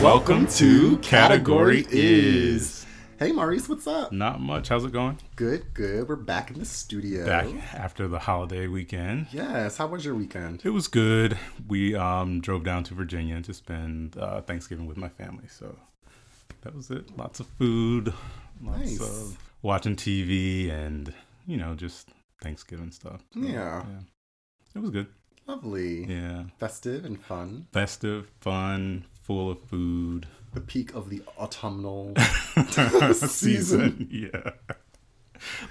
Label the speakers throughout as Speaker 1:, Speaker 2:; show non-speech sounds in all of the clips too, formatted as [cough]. Speaker 1: Welcome to Category Is.
Speaker 2: Hey Maurice, what's up?
Speaker 1: Not much. How's it going?
Speaker 2: Good, good. We're back in the studio.
Speaker 1: Back after the holiday weekend.
Speaker 2: Yes. How was your weekend?
Speaker 1: It was good. We um, drove down to Virginia to spend uh, Thanksgiving with my family. So that was it. Lots of food, lots
Speaker 2: Nice.
Speaker 1: of watching TV, and, you know, just Thanksgiving stuff. So,
Speaker 2: Yeah.
Speaker 1: It was good.
Speaker 2: Lovely.
Speaker 1: Yeah.
Speaker 2: Festive and fun.
Speaker 1: Festive, fun, full of [laughs] food.
Speaker 2: The peak of the
Speaker 1: [laughs]
Speaker 2: autumnal.
Speaker 1: season. Yeah.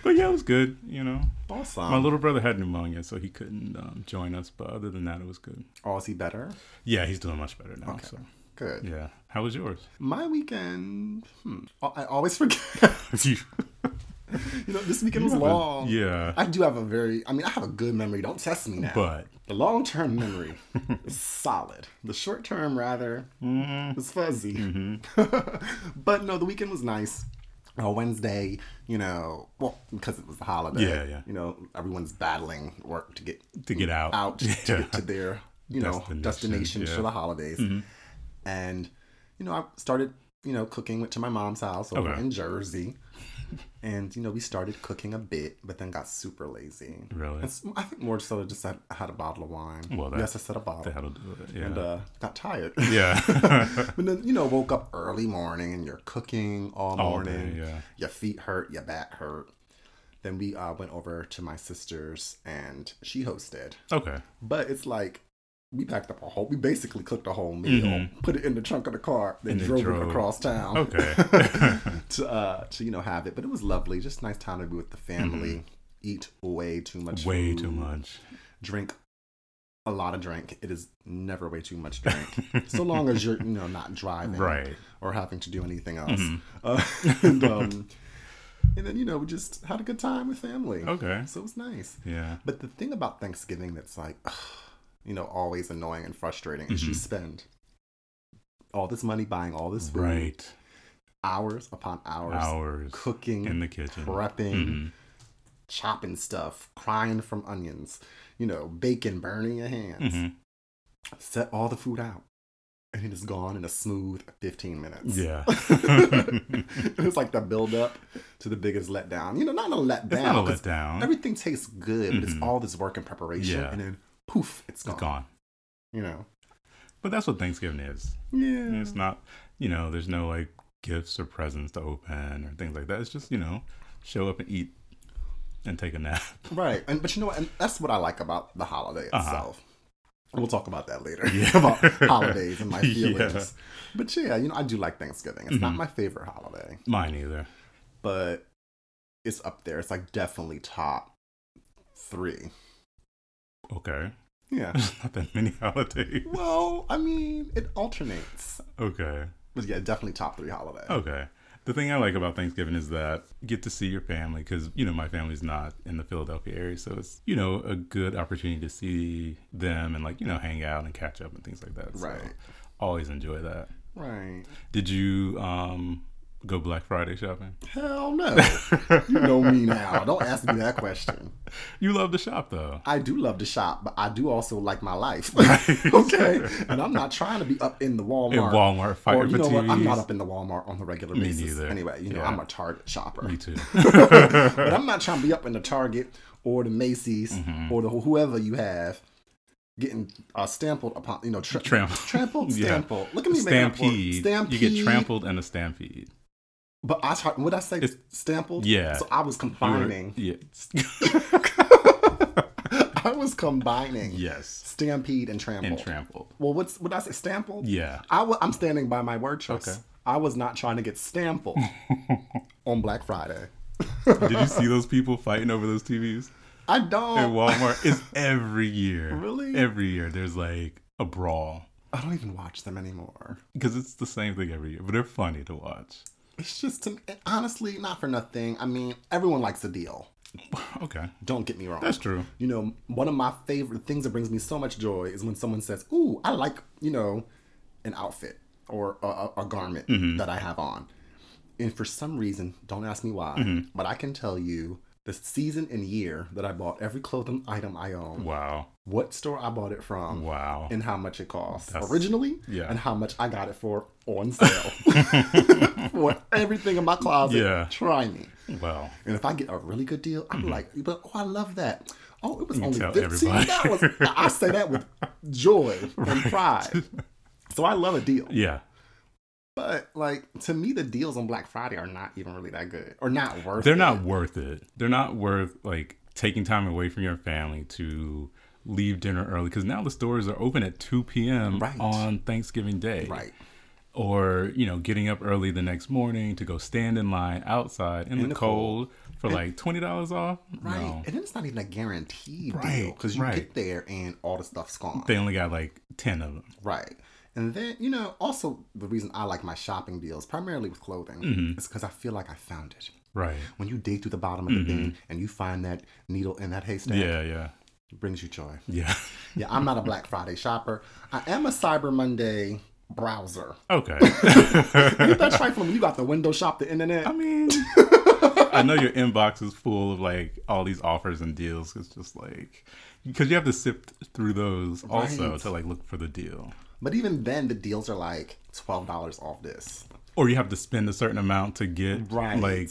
Speaker 1: But yeah, it was good, you know.
Speaker 2: awesome.
Speaker 1: My little brother had pneumonia, so he couldn't um, join us. But other than that, it was good.
Speaker 2: oh, is he better?
Speaker 1: Yeah, he's doing much better now. So
Speaker 2: Good.
Speaker 1: yeah, how was yours? [laughs]
Speaker 2: My weekend. Hmm. Oh, I always forget. [laughs]
Speaker 1: You-
Speaker 2: you know, this weekend was long.
Speaker 1: yeah,
Speaker 2: I do have a very. I mean, I have a good memory. Don't test me now.
Speaker 1: but
Speaker 2: the long-term memory is solid. The short-term, rather,
Speaker 1: mm,
Speaker 2: It's fuzzy.
Speaker 1: Mm-hmm.
Speaker 2: [laughs] but no, the weekend was nice. Uh, Wednesday, you know, well, because it was the holiday.
Speaker 1: Yeah, yeah.
Speaker 2: You know, everyone's battling work to get
Speaker 1: to get out,
Speaker 2: out to
Speaker 1: [laughs] Yeah.
Speaker 2: get to their, you know,
Speaker 1: Destination,
Speaker 2: destinations
Speaker 1: yeah. Mm-hmm.
Speaker 2: for the holidays. And, you know, I started, you know, cooking, went to my mom's house over
Speaker 1: Okay.
Speaker 2: in Jersey. And, you know, we started cooking a bit, but then got super lazy.
Speaker 1: Really?
Speaker 2: It's, I think more so just had, had a bottle of wine.
Speaker 1: Well, that-
Speaker 2: yes, I said a bottle.
Speaker 1: that'll do it. Yeah,
Speaker 2: and uh, got tired.
Speaker 1: yeah,
Speaker 2: [laughs] But then, you know, woke up early morning and you're cooking all
Speaker 1: All
Speaker 2: morning.
Speaker 1: day, yeah.
Speaker 2: Your feet hurt, your back hurt. Then we uh, went over to my sister's and she hosted.
Speaker 1: okay,
Speaker 2: But it's like we packed up a whole, we basically cooked a whole meal, put it in the trunk of the car, then
Speaker 1: Mm-hmm. And then
Speaker 2: drove, it
Speaker 1: drove.
Speaker 2: across town
Speaker 1: okay,
Speaker 2: [laughs] to, uh, to, you know, have it. But it was lovely. Just nice time to be with the family. Eat way too much
Speaker 1: Mm-hmm. way
Speaker 2: food,
Speaker 1: too much.
Speaker 2: Drink a lot of drink. It is never way too much drink. [laughs]
Speaker 1: [laughs]
Speaker 2: so long as you're, you know, not driving
Speaker 1: Right, Mm-hmm.
Speaker 2: or having to do anything else. Uh, [laughs] and, um, and then, you know, we just had a good time with family.
Speaker 1: okay,
Speaker 2: So it was nice.
Speaker 1: yeah,
Speaker 2: But the thing about Thanksgiving that's like, ugh, you know, always annoying and frustrating is
Speaker 1: Mm-hmm.
Speaker 2: you spend all this money buying all this food,
Speaker 1: right.
Speaker 2: hours upon hours,
Speaker 1: Hours
Speaker 2: cooking,
Speaker 1: in the kitchen. Mm-hmm.
Speaker 2: prepping, chopping stuff, crying from onions, you know, bacon burning your hands.
Speaker 1: Mhm.
Speaker 2: Set all the food out. And it is gone in a smooth 15 minutes.
Speaker 1: Yeah,
Speaker 2: [laughs]
Speaker 1: [laughs]
Speaker 2: it's like the build up to the biggest letdown. You know, not a letdown.
Speaker 1: it's not a
Speaker 2: 'cause
Speaker 1: letdown.
Speaker 2: Everything tastes good, but it's all this work and preparation,
Speaker 1: Uh-huh. Mm-hmm. Yeah.
Speaker 2: and then poof, it's gone.
Speaker 1: It's gone.
Speaker 2: You know.
Speaker 1: But that's what Thanksgiving is. And
Speaker 2: Yeah.
Speaker 1: It's not, you know, there's no like gifts or presents to open or things like that. It's just, you know, show up and eat and take a nap. [laughs]
Speaker 2: Right. And but you know what? And that's what I like about the holiday
Speaker 1: Uh-huh.
Speaker 2: itself. And We'll talk about that later
Speaker 1: Yeah.
Speaker 2: [laughs] about holidays and
Speaker 1: [laughs]
Speaker 2: my
Speaker 1: Yeah. Mm-hmm.
Speaker 2: feelings. But yeah, you know, I do like Thanksgiving. It's not my favorite holiday,
Speaker 1: Mine either.
Speaker 2: but it's up there. It's like definitely top three.
Speaker 1: Okay. [laughs]
Speaker 2: Yeah.
Speaker 1: There's not that many [laughs] holidays.
Speaker 2: well, I mean, it alternates.
Speaker 1: Okay.
Speaker 2: But yeah, definitely top three holiday.
Speaker 1: Okay. The thing I like about Thanksgiving is that you get to see your family because, you know, my family's not in the Philadelphia area. So it's, you know, a good opportunity to see them and like, you know, hang out and catch up and things like that. So
Speaker 2: Right.
Speaker 1: Always enjoy that.
Speaker 2: Right.
Speaker 1: Did you um, go Black Friday shopping?
Speaker 2: Hell no.
Speaker 1: [laughs]
Speaker 2: you know me now. Don't ask me that question.
Speaker 1: You love to shop though.
Speaker 2: I do love to shop, but I do also like my life. [laughs] okay. And I'm not trying to be up in the Walmart.
Speaker 1: In Walmart, fighting
Speaker 2: or, you
Speaker 1: for
Speaker 2: know what? I'm
Speaker 1: TVs.
Speaker 2: not up in the Walmart on a regular basis.
Speaker 1: neither.
Speaker 2: Anyway, you know,
Speaker 1: Yeah.
Speaker 2: I'm a Target shopper.
Speaker 1: Me [laughs] too.
Speaker 2: but I'm not trying to be up in the Target or the Macy's
Speaker 1: Mm-hmm.
Speaker 2: or the whoever you have getting uh, stampled upon, you know, tra-
Speaker 1: Trampled.
Speaker 2: trampled,
Speaker 1: [laughs] Yeah.
Speaker 2: stampled. Look at me making up words.
Speaker 1: stampede.
Speaker 2: Stampede.
Speaker 1: You get trampled in a stampede.
Speaker 2: But I tried, would I say
Speaker 1: It's-
Speaker 2: stampled?
Speaker 1: Yeah.
Speaker 2: So I was
Speaker 1: You were-
Speaker 2: combining.
Speaker 1: yeah. [laughs]
Speaker 2: [laughs] I was combining
Speaker 1: yes.
Speaker 2: stampede and trampled.
Speaker 1: And trampled.
Speaker 2: well, what's what I say? Stampled.
Speaker 1: Yeah.
Speaker 2: I w- I'm standing by my word choice.
Speaker 1: Okay.
Speaker 2: I was not trying to
Speaker 1: [laughs]
Speaker 2: get stampled on Black Friday.
Speaker 1: Did you see those people fighting over those TVs?
Speaker 2: I
Speaker 1: At
Speaker 2: don't.
Speaker 1: Walmart is every year.
Speaker 2: Really?
Speaker 1: Every year there's like a brawl
Speaker 2: I don't even watch them anymore.
Speaker 1: because it's the same thing every year, but they're funny to watch.
Speaker 2: It's just to, honestly not for nothing. I mean, everyone likes a deal.
Speaker 1: Okay.
Speaker 2: Don't get me wrong.
Speaker 1: That's true.
Speaker 2: You know, one of my favorite things that brings me so much joy is when someone says, "Ooh, I like you know, an outfit or a, a, a garment
Speaker 1: Mm-hmm. Mm-hmm.
Speaker 2: that I have on," and for some reason, don't ask me why, but I can tell you the season and year that I bought every clothing item I own,
Speaker 1: Wow.
Speaker 2: what store I bought it from,
Speaker 1: Wow.
Speaker 2: and how much it cost
Speaker 1: That's-
Speaker 2: originally,
Speaker 1: yeah.
Speaker 2: and how much I got it for
Speaker 1: [laughs]
Speaker 2: on sale. [laughs] for everything in my closet,
Speaker 1: Yeah.
Speaker 2: try me.
Speaker 1: Wow.
Speaker 2: And if I get a really good deal, I'm like, but oh, I love that. Oh, it was
Speaker 1: Mm-hmm. You
Speaker 2: only
Speaker 1: tell
Speaker 2: fifteen
Speaker 1: everybody.
Speaker 2: dollars. I say
Speaker 1: [laughs]
Speaker 2: that with joy and pride. So I love a deal,
Speaker 1: Yeah.
Speaker 2: but like to me, the deals on Black Friday are not even really that good, or not worth.
Speaker 1: They're
Speaker 2: it.
Speaker 1: not worth it. They're not worth like taking time away from your family to leave dinner early because now the stores are open at 2 p.m.
Speaker 2: Right.
Speaker 1: on Thanksgiving Day.
Speaker 2: right.
Speaker 1: Or, you know, getting up early the next morning to go stand in line outside in, the,
Speaker 2: the
Speaker 1: cold, for like $20 off.
Speaker 2: Right.
Speaker 1: No.
Speaker 2: And then it's not even a guaranteed deal
Speaker 1: Right,
Speaker 2: because you
Speaker 1: right.
Speaker 2: get there and all the stuff's gone.
Speaker 1: They only got like 10 of them.
Speaker 2: right. And then, you know, also the reason I like my shopping deals, primarily with clothing,
Speaker 1: Mm-hmm.
Speaker 2: is because I feel like I found it.
Speaker 1: Right.
Speaker 2: When you dig through the bottom of
Speaker 1: Mm-hmm.
Speaker 2: the bin and you find that needle in that haystack,
Speaker 1: Yeah, yeah.
Speaker 2: it brings you joy.
Speaker 1: Yeah.
Speaker 2: Yeah, I'm not a Black Friday shopper. I am a Cyber Monday browser.
Speaker 1: okay.
Speaker 2: Ain't that trifling when you got the window shop, the internet?
Speaker 1: I mean, I know your inbox is full of like all these offers and deals. It's just like because you have to sift through those also
Speaker 2: Right.
Speaker 1: to like look for the deal,
Speaker 2: But even then, the deals are like $12 off this.
Speaker 1: or you have to spend a certain amount to get
Speaker 2: Right.
Speaker 1: like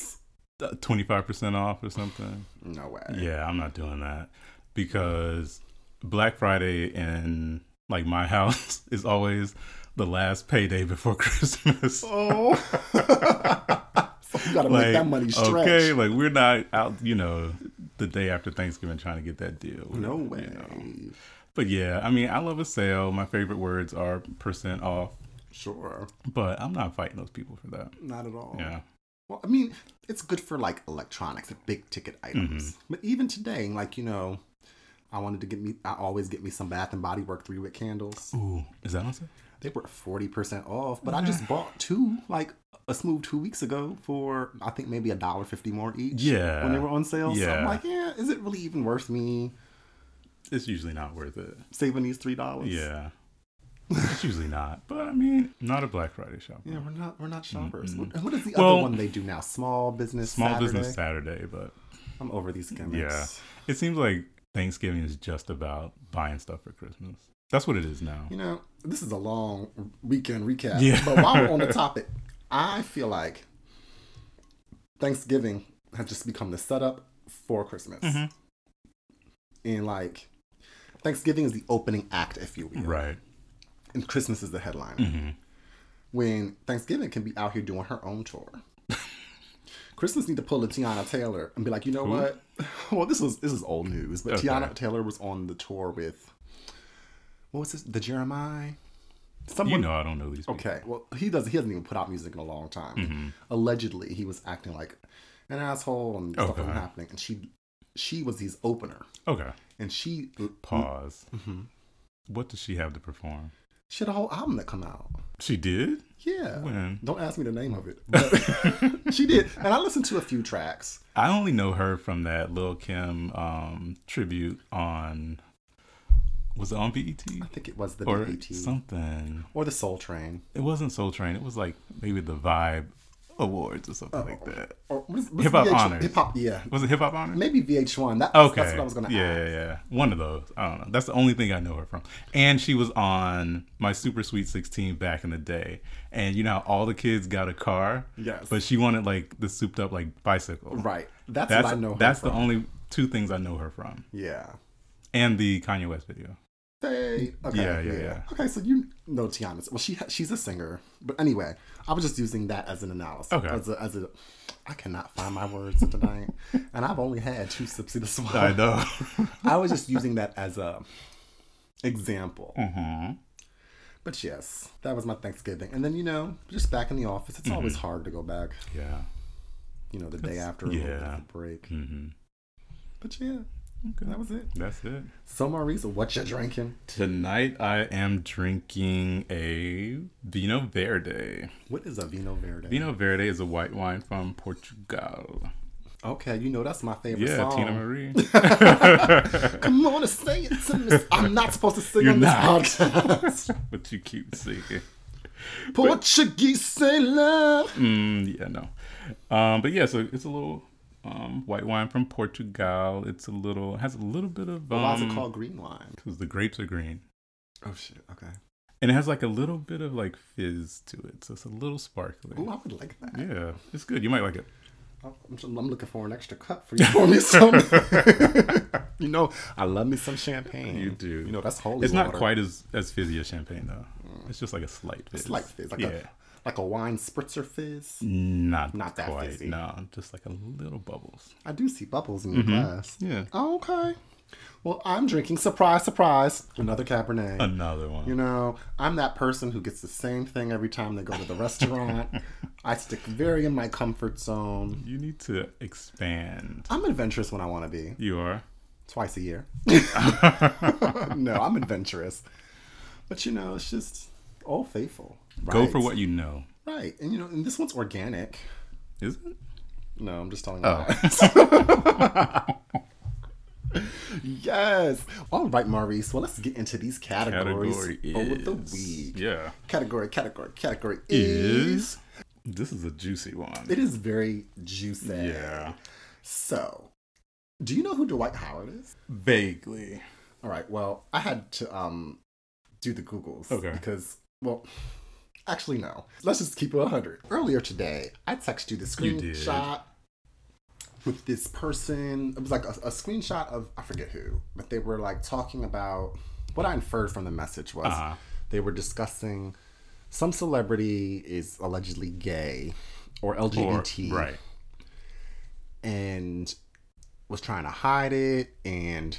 Speaker 1: twenty five percent off or something.
Speaker 2: No way.
Speaker 1: Yeah, I'm not doing that because Black Friday in like my [laughs] house is always the last payday before [laughs] Christmas.
Speaker 2: Oh. so you gotta make that money stretch.
Speaker 1: Okay, like we're not out, you know, the day after Thanksgiving trying to get that deal.
Speaker 2: No
Speaker 1: You
Speaker 2: way.
Speaker 1: know. But yeah, I mean, I love a sale. My favorite words are percent off,
Speaker 2: Sure.
Speaker 1: but I'm not fighting those people for that.
Speaker 2: Not at all.
Speaker 1: Yeah.
Speaker 2: Well, I mean, it's good for like electronics, and big ticket
Speaker 1: Mm-hmm.
Speaker 2: items. But even today, like, you know, I wanted to get me, I always get me some Bath and Body Work three wick candles.
Speaker 1: Ooh, is that on sale?
Speaker 2: They were 40% off, but I just bought two, like a smooth two weeks ago for, I think maybe a dollar fifty more each.
Speaker 1: Yeah.
Speaker 2: When they were on sale. So I'm
Speaker 1: Yeah.
Speaker 2: like, yeah, is it really even worth me
Speaker 1: It's usually not worth it.
Speaker 2: saving these $3? [laughs]
Speaker 1: Yeah. it's usually not. But I mean, not a Black Friday shopper.
Speaker 2: Yeah, we're not we're not shoppers. What, what is the
Speaker 1: Well-
Speaker 2: other one they do now? Small business.
Speaker 1: Small
Speaker 2: Saturday?
Speaker 1: business Saturday, but
Speaker 2: I'm over these
Speaker 1: yeah.
Speaker 2: gimmicks.
Speaker 1: It seems like Thanksgiving is just about buying stuff for Christmas. That's what it is now.
Speaker 2: You know, this is a long weekend recap.
Speaker 1: Yeah.
Speaker 2: But while
Speaker 1: [laughs]
Speaker 2: we're on the topic, I feel like Thanksgiving has just become the setup for Christmas.
Speaker 1: Mm-hmm.
Speaker 2: And like Thanksgiving is the opening act, if you will.
Speaker 1: Right.
Speaker 2: And Christmas is the headline. When Thanksgiving can be out here doing her own tour.
Speaker 1: [laughs]
Speaker 2: Christmas need to pull a Tiana Taylor and be like, you know what? [laughs] Well, this was this is old news, but
Speaker 1: Okay.
Speaker 2: Tiana Taylor was on the tour with what was this? The Jeremiah? Someone
Speaker 1: you know, I don't know these people.
Speaker 2: Okay. Well, he does. He hasn't even put out music in a long time.
Speaker 1: Mm-hmm.
Speaker 2: Allegedly, he was acting like an asshole and stuff was
Speaker 1: Okay.
Speaker 2: happening. And she, she was his opener,
Speaker 1: Okay.
Speaker 2: and she
Speaker 1: Pause.
Speaker 2: Mm-hmm.
Speaker 1: What does she have to perform?
Speaker 2: she had a whole album that come out.
Speaker 1: She did?
Speaker 2: Yeah.
Speaker 1: When?
Speaker 2: Don't ask me the name of it. But she did, and I listened to a few tracks.
Speaker 1: [laughs] I only know her from that Lil Kim um, tribute on was it on BET
Speaker 2: I think it was the E
Speaker 1: or
Speaker 2: BET
Speaker 1: something?
Speaker 2: or the Soul Train
Speaker 1: It wasn't Soul Train. It was like maybe the Vibe Awards or
Speaker 2: Oh.
Speaker 1: something like that.
Speaker 2: or what is- what's
Speaker 1: Hip Hop
Speaker 2: VH1?
Speaker 1: Honors.
Speaker 2: Hip Hop, yeah.
Speaker 1: Was it Hip Hop Honors?
Speaker 2: Maybe VH1. That,
Speaker 1: Okay,
Speaker 2: That's what I was gonna
Speaker 1: yeah,
Speaker 2: ask.
Speaker 1: yeah, yeah. One of those. I don't know. That's the only thing I know her from. And she was on my Super Sweet 16 back in the day. And you know how all the kids got a car?
Speaker 2: Yes.
Speaker 1: But she wanted like the souped up like bicycle.
Speaker 2: Right. That's,
Speaker 1: That's
Speaker 2: what I know. Her
Speaker 1: that's
Speaker 2: from.
Speaker 1: the only two things I know her from.
Speaker 2: Yeah.
Speaker 1: And the Kanye West video.
Speaker 2: Fade. Okay,
Speaker 1: Yeah, yeah, yeah.
Speaker 2: Okay, so you know Tiana. Well, she she's a singer, but anyway, I was just using that as an analysis.
Speaker 1: Okay.
Speaker 2: As a, as a, I cannot find my words tonight, [laughs] and I've only had two sips of this wine.
Speaker 1: I
Speaker 2: [laughs]
Speaker 1: know.
Speaker 2: I was just using that as a example.
Speaker 1: Mm-hmm.
Speaker 2: But yes, that was my Thanksgiving, and then you know, just back in the office. It's always
Speaker 1: Mm-hmm.
Speaker 2: hard to go back.
Speaker 1: yeah.
Speaker 2: You know, the day after a little bit of
Speaker 1: yeah.
Speaker 2: a break.
Speaker 1: hmm
Speaker 2: But yeah,
Speaker 1: Okay.
Speaker 2: that was it.
Speaker 1: That's it.
Speaker 2: So Marisa, what you drinking?
Speaker 1: Tonight I am drinking a Vino Verde.
Speaker 2: What is a vino verde?
Speaker 1: Vino Verde is a white wine from Portugal.
Speaker 2: Okay, you know that's my favorite
Speaker 1: Yeah,
Speaker 2: song.
Speaker 1: Tina
Speaker 2: [laughs]
Speaker 1: Marie.
Speaker 2: Come on and say it
Speaker 1: [laughs]
Speaker 2: to me. I'm not supposed to sing
Speaker 1: You're
Speaker 2: on this
Speaker 1: not.
Speaker 2: podcast.
Speaker 1: [laughs] but you keep singing.
Speaker 2: Portuguese sailor.
Speaker 1: Mm, yeah, no. Um, but yeah, so it's a little um, white wine from Portugal. It's a little has a little bit of um,
Speaker 2: Why is it called green wine?
Speaker 1: Because the grapes are green,
Speaker 2: Oh shit. Okay.
Speaker 1: and it has like a little bit of like fizz to it, so it's a little sparkling.
Speaker 2: Ooh, I would like that.
Speaker 1: Yeah, it's good. You might like it.
Speaker 2: I'm, I'm looking for an extra cup for you. Pour me some. [laughs] you know, I love me some champagne.
Speaker 1: You do.
Speaker 2: You know, that's holy.
Speaker 1: It's not
Speaker 2: water.
Speaker 1: quite as as fizzy as champagne though. It's just like a slight fizz.
Speaker 2: It's like fizz, like
Speaker 1: yeah. Mm.
Speaker 2: a like a wine spritzer fizz.
Speaker 1: Not,
Speaker 2: Not that
Speaker 1: quite.
Speaker 2: fizzy.
Speaker 1: No, just like a little bubbles.
Speaker 2: I do see bubbles in your glass.
Speaker 1: Mm-hmm. Yeah.
Speaker 2: Oh, okay. Well, I'm drinking surprise, surprise, another Cabernet.
Speaker 1: Another one.
Speaker 2: You know, I'm that person who gets the same thing every time they go to
Speaker 1: [laughs]
Speaker 2: the restaurant. I stick very in my comfort zone.
Speaker 1: you need to expand.
Speaker 2: I'm adventurous when I want to be.
Speaker 1: You are.
Speaker 2: Twice
Speaker 1: [laughs]
Speaker 2: a year. [laughs] no, I'm adventurous. But you know, it's just all faithful.
Speaker 1: Go
Speaker 2: Right.
Speaker 1: for what you know.
Speaker 2: Right. And you know, and this one's organic.
Speaker 1: Is it?
Speaker 2: No, I'm just telling you.
Speaker 1: Oh.
Speaker 2: [laughs] yes. All right, Maurice. Well, let's get into these categories
Speaker 1: Category
Speaker 2: over the
Speaker 1: is.
Speaker 2: week.
Speaker 1: Yeah.
Speaker 2: Category, category, category is.
Speaker 1: Is. This is a juicy one.
Speaker 2: It is very juicy.
Speaker 1: Yeah.
Speaker 2: So, do you know who Dwight Howard is?
Speaker 1: Vaguely.
Speaker 2: All right. Well, I had to um do the Googles.
Speaker 1: Okay.
Speaker 2: Because well. Actually, no. Let's just keep it 100. Earlier today, I texted you the
Speaker 1: You did.
Speaker 2: screenshot with this person. It was like a, a screenshot of, I forget who, but they were like talking about what I inferred from the message was
Speaker 1: Uh-huh.
Speaker 2: they were discussing some celebrity is allegedly gay or LGBT.
Speaker 1: Or- right.
Speaker 2: and was trying to hide it and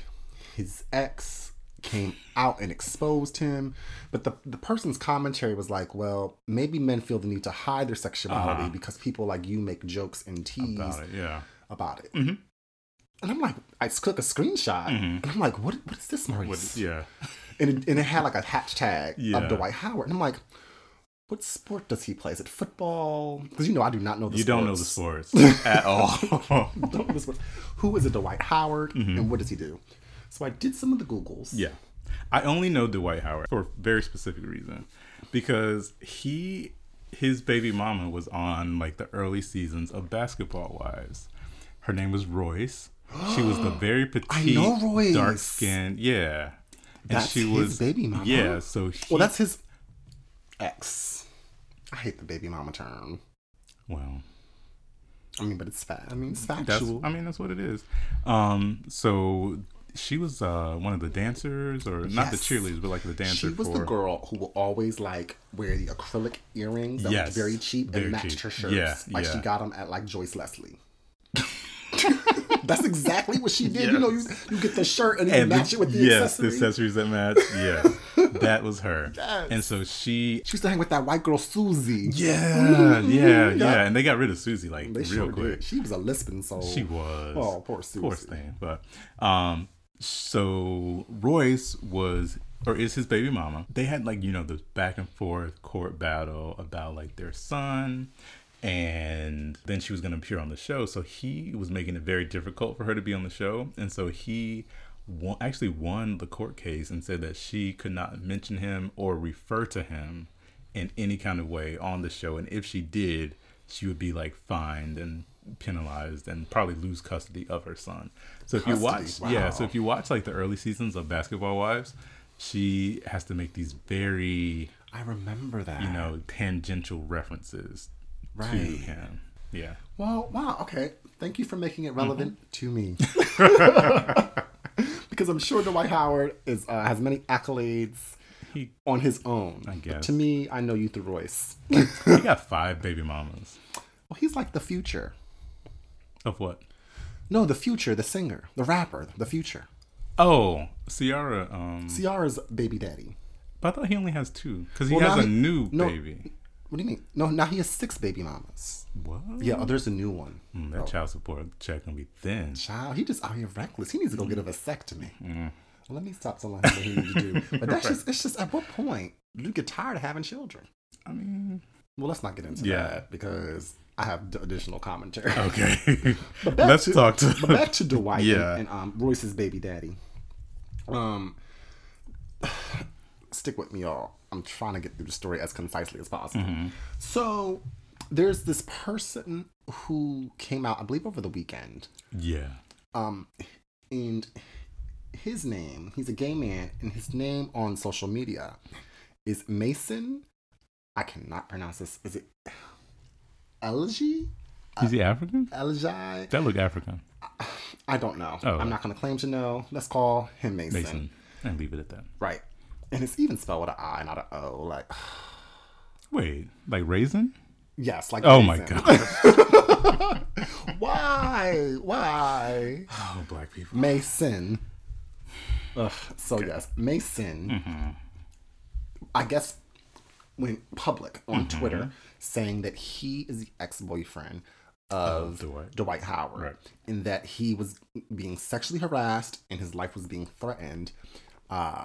Speaker 2: his ex came out and exposed him but the, the person's commentary was like well maybe men feel the need to hide their sexuality because people like you make jokes and tease
Speaker 1: Uh-huh. About it. Mm-hmm. Yeah.
Speaker 2: about it. And I'm like, I just took a screenshot and I'm like, what, what is this, Maurice?
Speaker 1: Mm-hmm. What, yeah.
Speaker 2: and, it, and it had like a hashtag
Speaker 1: Yeah.
Speaker 2: of Dwight Howard. And I'm like, what sport does he play? Is it football? Because you know, I do not know the
Speaker 1: You don't know the
Speaker 2: sports.
Speaker 1: sports [laughs] at all.
Speaker 2: [laughs] Don't know the sport. Who is it, Dwight Howard? And what does he do? So I did some of the
Speaker 1: [laughs]
Speaker 2: Googles.
Speaker 1: Mm-hmm. Yeah. I only know Dwight Howard for a very specific reason because he his baby mama was on like the early seasons of Basketball Wives. Her name was Royce. She was [gasps] the very petite,
Speaker 2: know Royce.
Speaker 1: dark skinned. Yeah. And
Speaker 2: That's
Speaker 1: she
Speaker 2: his
Speaker 1: was
Speaker 2: baby mama?
Speaker 1: Yeah, so he,
Speaker 2: Uh-huh. Well, that's his ex. I hate the baby mama term.
Speaker 1: well,
Speaker 2: I mean, but it's fact. I mean, it's
Speaker 1: that's
Speaker 2: factual.
Speaker 1: I mean that's what it is. Um so she was uh, one of the dancers or not the
Speaker 2: Yes.
Speaker 1: cheerleaders but like the dancer
Speaker 2: She was
Speaker 1: for
Speaker 2: the girl who will always like wear the acrylic earrings that
Speaker 1: Yes,
Speaker 2: looked very cheap
Speaker 1: very
Speaker 2: and matched
Speaker 1: cheap.
Speaker 2: her shirts.
Speaker 1: Yeah,
Speaker 2: like she
Speaker 1: yeah.
Speaker 2: got them at like Joyce
Speaker 1: [laughs]
Speaker 2: Leslie. That's exactly what she did. You know, you, you get the shirt and, you
Speaker 1: the-
Speaker 2: match it with the
Speaker 1: yes,
Speaker 2: accessory.
Speaker 1: the accessories that match. Yes,
Speaker 2: [laughs]
Speaker 1: that was her.
Speaker 2: Yes.
Speaker 1: And so she,
Speaker 2: She used to hang with that white girl Susie.
Speaker 1: yeah, yeah,
Speaker 2: yeah.
Speaker 1: yeah, and they got rid of Susie like
Speaker 2: Mm-hmm. they
Speaker 1: real
Speaker 2: sure
Speaker 1: quick.
Speaker 2: did. She was a lisping soul.
Speaker 1: She was.
Speaker 2: Oh, poor Susie.
Speaker 1: Poor thing. But um, so Royce was or is his baby mama. They had like you know the back and forth court battle about like their son. And then she was going to appear on the show. So he was making it very difficult for her to be on the show. And so he won, actually won the court case and said that she could not mention him or refer to him in any kind of way on the show. And if she did, she would be like fined and penalized and probably lose custody of her son. So if you watch,
Speaker 2: Custody, wow.
Speaker 1: yeah, so if you watch like the early seasons of Basketball Wives, she has to make these very,
Speaker 2: I remember that.
Speaker 1: you know, tangential references to
Speaker 2: Right.
Speaker 1: him. Yeah.
Speaker 2: Well, wow, okay. Thank you for making it relevant to me.
Speaker 1: Mm-hmm. [laughs]
Speaker 2: because I'm sure Dwight Howard is uh, has many accolades
Speaker 1: He,
Speaker 2: on his own. I
Speaker 1: guess.
Speaker 2: to me, I know you through Royce.
Speaker 1: he got five baby mamas.
Speaker 2: Well, he's like the future.
Speaker 1: Of what?
Speaker 2: No, the future, the singer, the rapper, the future.
Speaker 1: Oh, Ciara. Um,
Speaker 2: Ciara's baby daddy.
Speaker 1: but I thought he only has two because he
Speaker 2: Well,
Speaker 1: has
Speaker 2: now
Speaker 1: a
Speaker 2: he-
Speaker 1: new
Speaker 2: no.
Speaker 1: baby.
Speaker 2: What do you mean? No, now he has six baby mamas.
Speaker 1: What?
Speaker 2: Yeah, oh, there's a new one. Oh,
Speaker 1: Mm, that child support check gonna be thin.
Speaker 2: Child, he just out here reckless. He needs to go get a vasectomy.
Speaker 1: Mm.
Speaker 2: Let me stop telling him what he needs to do. But that's just, it's just at what point you get tired of having children?
Speaker 1: I mean,
Speaker 2: Well, let's not get into
Speaker 1: Yeah.
Speaker 2: that because I have d- additional commentary.
Speaker 1: Okay.
Speaker 2: back
Speaker 1: Let's talk
Speaker 2: [laughs] but
Speaker 1: to
Speaker 2: back to Dwight and-
Speaker 1: Yeah.
Speaker 2: and, um, Royce's baby daddy. Um, [sighs] stick with me, y'all. I'm
Speaker 1: Mm-hmm.
Speaker 2: trying to get through the story as concisely as possible. So there's this person who came out, I believe, over the weekend.
Speaker 1: [laughs] Yeah.
Speaker 2: Um, and his name, he's a gay man, and his name on social media is Mason. I cannot pronounce this. Is it Elgi?
Speaker 1: Is he African?
Speaker 2: Elgi?
Speaker 1: That looked African.
Speaker 2: I don't know.
Speaker 1: Oh.
Speaker 2: I'm not going to claim to know. Let's call him Mason.
Speaker 1: Mason. And leave it at that.
Speaker 2: Right. And it's even spelled with an I, not an O. Like, [sighs]
Speaker 1: Wait, like raisin?
Speaker 2: yes, like.
Speaker 1: Oh my
Speaker 2: Mason. [laughs]
Speaker 1: god.
Speaker 2: Why? Why?
Speaker 1: Oh, black people.
Speaker 2: Mason. Ugh, so yes, Mason. I guess went public on Twitter saying that he is the ex-boyfriend of
Speaker 1: Dwight.
Speaker 2: Dwight, Howard,
Speaker 1: Right.
Speaker 2: and that he was being sexually harassed and his life was being threatened. Uh,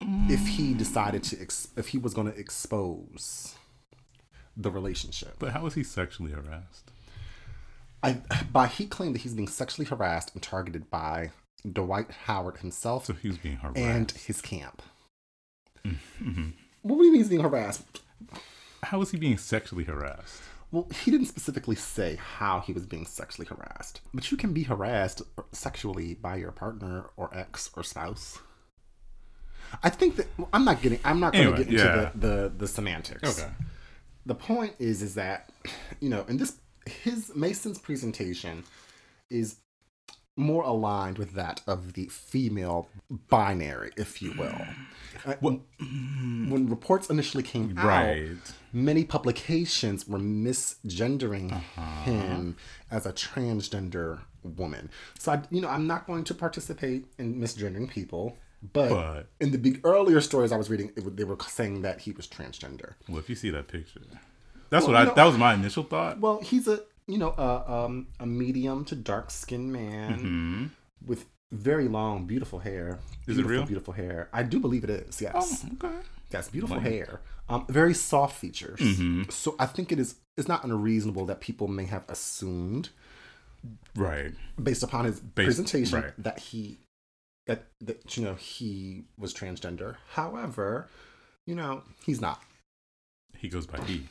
Speaker 2: if he decided to, ex- if he was going to expose the relationship,
Speaker 1: But how was he sexually harassed?
Speaker 2: I, by he claimed that he's being sexually harassed and targeted by Dwight Howard himself
Speaker 1: So he was being harassed.
Speaker 2: and his camp.
Speaker 1: Mm-hmm.
Speaker 2: What do you mean he's being harassed?
Speaker 1: how was he being sexually harassed?
Speaker 2: Well, he didn't specifically say how he was being sexually harassed, but you can be harassed sexually by your partner or ex or spouse. I think that well, I'm not getting. I'm not going to
Speaker 1: Anyway,
Speaker 2: get into
Speaker 1: yeah.
Speaker 2: the, the the semantics. The point is, is that [clears throat] you know, and this his Mason's presentation is more aligned with that of the female binary, if you will.
Speaker 1: Mm.
Speaker 2: Uh, when, when reports initially came out,
Speaker 1: mm-hmm. Right.
Speaker 2: many publications were misgendering
Speaker 1: Uh-huh.
Speaker 2: him as a transgender woman. So I, you know, I'm not going to participate in misgendering people, but,
Speaker 1: But-
Speaker 2: in the big earlier stories I was reading, it, wa- they were saying that he was transgender.
Speaker 1: Well, if you see that picture, that's
Speaker 2: Well,
Speaker 1: what I.
Speaker 2: you know-
Speaker 1: that was my initial thought.
Speaker 2: Well, he's a you know a um, a medium to dark skinned man with very long, beautiful hair.
Speaker 1: Mm-hmm. Is it
Speaker 2: Beautiful,
Speaker 1: real?
Speaker 2: Beautiful hair. I do believe it is. Yes.
Speaker 1: Oh, okay.
Speaker 2: Yes, beautiful hair. Um, very soft features.
Speaker 1: Mm-hmm.
Speaker 2: So I think it is it's not unreasonable that people may have assumed
Speaker 1: Right.
Speaker 2: based upon his presentation
Speaker 1: right.
Speaker 2: that he that that you know he was transgender. However, you know, he's not.
Speaker 1: He goes by he.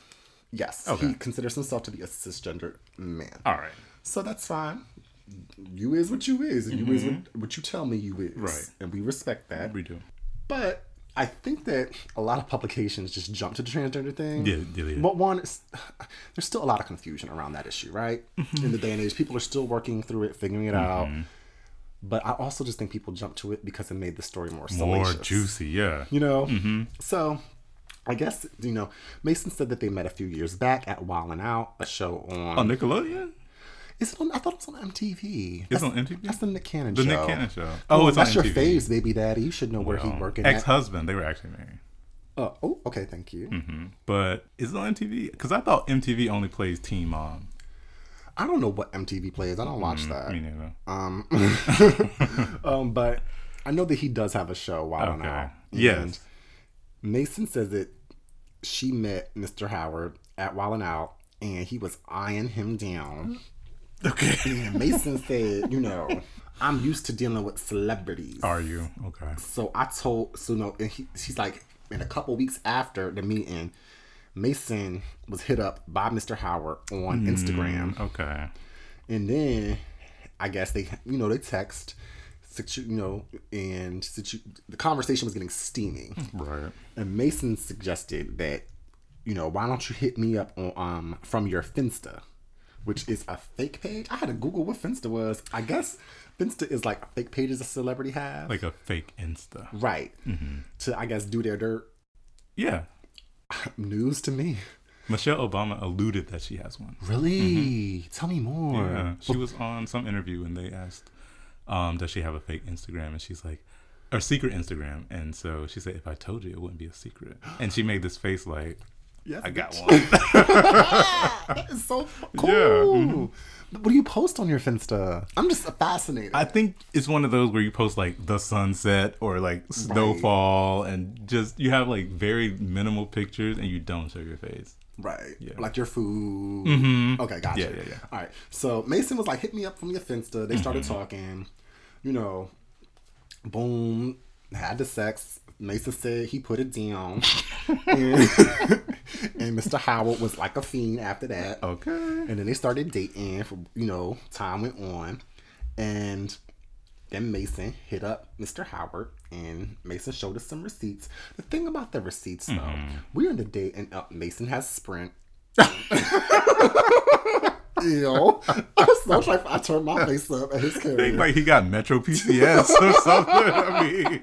Speaker 2: Yes.
Speaker 1: Okay.
Speaker 2: He considers himself to be a cisgender man.
Speaker 1: All right.
Speaker 2: So that's fine. You is what you is, and you is what, what you tell me you is.
Speaker 1: Mm-hmm. Right.
Speaker 2: And we respect that.
Speaker 1: We do.
Speaker 2: But I think that a lot of publications just jump to the transgender thing.
Speaker 1: Yeah, yeah, yeah.
Speaker 2: But one, it's- [sighs] there's still a lot of confusion around that issue, right?
Speaker 1: Mm-hmm.
Speaker 2: In the day and age, people are still working through it, figuring it out. But I also just think people jump to it because it made the story more
Speaker 1: More
Speaker 2: salacious.
Speaker 1: juicy. Mm-hmm. Yeah.
Speaker 2: You know? So I guess, you know, Mason said that they met a few years back at Wildin' Out, a show
Speaker 1: On
Speaker 2: on.
Speaker 1: Oh, Nickelodeon.
Speaker 2: is it on? I thought it was on MTV.
Speaker 1: It's
Speaker 2: That's-
Speaker 1: on MTV?
Speaker 2: That's the Nick Cannon
Speaker 1: The
Speaker 2: show.
Speaker 1: Nick Cannon show. Oh, it's
Speaker 2: that's
Speaker 1: on
Speaker 2: your
Speaker 1: MTV.
Speaker 2: faves, baby daddy. You should know where
Speaker 1: Uh-huh.
Speaker 2: he working at.
Speaker 1: Oh. Ex-husband. They were actually married.
Speaker 2: Oh, oh, okay, thank you.
Speaker 1: Mm-hmm. But is it on MTV? Because I thought MTV only plays Teen Mom.
Speaker 2: I don't know what MTV plays. I don't watch
Speaker 1: Me
Speaker 2: that.
Speaker 1: neither.
Speaker 2: Um, um, but I know that he does have a show. Wild and
Speaker 1: Mm-hmm. Okay.
Speaker 2: Out.
Speaker 1: Yes.
Speaker 2: And Mason says that she met Mr. Howard at Wild and Out, and he was eyeing him down.
Speaker 1: Okay. [laughs]
Speaker 2: And Mason said, "You know, I'm used to dealing with celebrities,
Speaker 1: Are you okay?
Speaker 2: so I told so no." And he, she's like, in a couple weeks after the meeting, Mason was hit up by Mr. Howard on Instagram.
Speaker 1: Okay.
Speaker 2: And then I guess they, you know, they text, situ- you know, and situ- the conversation was getting steamy.
Speaker 1: Right.
Speaker 2: And Mason suggested that, you know, why don't you hit me up on um from your Finsta, which is a fake page. I had to Google what Finsta was. I guess Finsta is like fake pages a celebrity have,
Speaker 1: Like a fake Insta.
Speaker 2: right?
Speaker 1: Mm-hmm.
Speaker 2: To I guess do their dirt [laughs]
Speaker 1: Yeah.
Speaker 2: news to me.
Speaker 1: Michelle Obama alluded that she has one.
Speaker 2: Really? Tell me
Speaker 1: [laughs]
Speaker 2: more.
Speaker 1: Yeah, she was on some interview and they asked, um, "Does she have a fake Instagram?" And she's like, "Or secret Instagram?" And so she said, "If I told you, it wouldn't be a secret." And she made this face [gasps] like,
Speaker 2: Yes,
Speaker 1: "I got one."
Speaker 2: that is so f- cool.
Speaker 1: Yeah, mm-hmm.
Speaker 2: But what do you post on your Finsta? I'm just fascinated.
Speaker 1: I think it's one of those where you post like the sunset or like snowfall, and just you have like very minimal pictures, and you don't show your face.
Speaker 2: right.
Speaker 1: Yeah. Mm-hmm.
Speaker 2: Like your food. Okay, gotcha.
Speaker 1: Yeah, yeah, Mm-hmm. yeah.
Speaker 2: All right. So Mason was like, hit me up from your Finsta. They started talking. You know, boom, had the sex. Mesa said he put it
Speaker 1: [laughs]
Speaker 2: down. and, [laughs] and Mr. Howard was like a fiend after
Speaker 1: Oh,
Speaker 2: that.
Speaker 1: Okay.
Speaker 2: And then they started dating for you know, time went on. And then Mason hit up Mr. Howard and Mason showed us some receipts. The thing about the receipts though, we're in the date and up Mason has Sprint. Ew. I'm so trif- I turned my face up at his
Speaker 1: Think
Speaker 2: carrier.
Speaker 1: like he got Metro PCS or [laughs] something. I mean,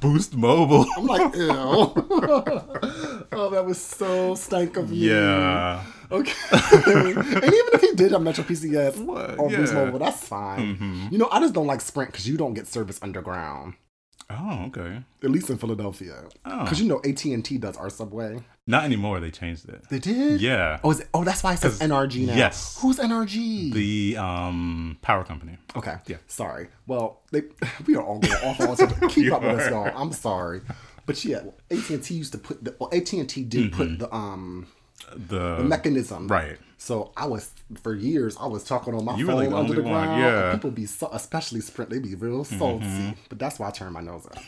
Speaker 1: Boost Mobile.
Speaker 2: I'm like, ew. [laughs] oh, that was so stank of me.
Speaker 1: [laughs] Yeah.
Speaker 2: Okay. [laughs] and even if he did have Metro PCS
Speaker 1: What?
Speaker 2: or Boost
Speaker 1: Yeah. Mm-hmm.
Speaker 2: Mobile, that's fine. You know, I just don't like Sprint because you don't get service underground,
Speaker 1: Oh, okay.
Speaker 2: at least in Philadelphia.
Speaker 1: Oh.
Speaker 2: Because you know, AT and T does our subway.
Speaker 1: Not anymore. They changed it.
Speaker 2: They did.
Speaker 1: Yeah.
Speaker 2: Oh, is it, oh, that's why it says
Speaker 1: 'Cause-
Speaker 2: NRG now.
Speaker 1: yes.
Speaker 2: Who's NRG?
Speaker 1: The um power company.
Speaker 2: Okay.
Speaker 1: Yeah.
Speaker 2: Sorry. Well, they [laughs] we are all going off on subject.
Speaker 1: [laughs]
Speaker 2: Keep up with us, y'all. I'm sorry. But yeah, AT and T used to put the well, AT and T did
Speaker 1: Mm-hmm.
Speaker 2: put the um
Speaker 1: The,
Speaker 2: mechanism
Speaker 1: right.
Speaker 2: So I was for years I was talking on my
Speaker 1: You were,
Speaker 2: phone
Speaker 1: like, the
Speaker 2: under the
Speaker 1: only one,
Speaker 2: ground.
Speaker 1: yeah. Mm-hmm.
Speaker 2: and people be so, especially Sprint, they be real salty. But that's why I turned my nose up.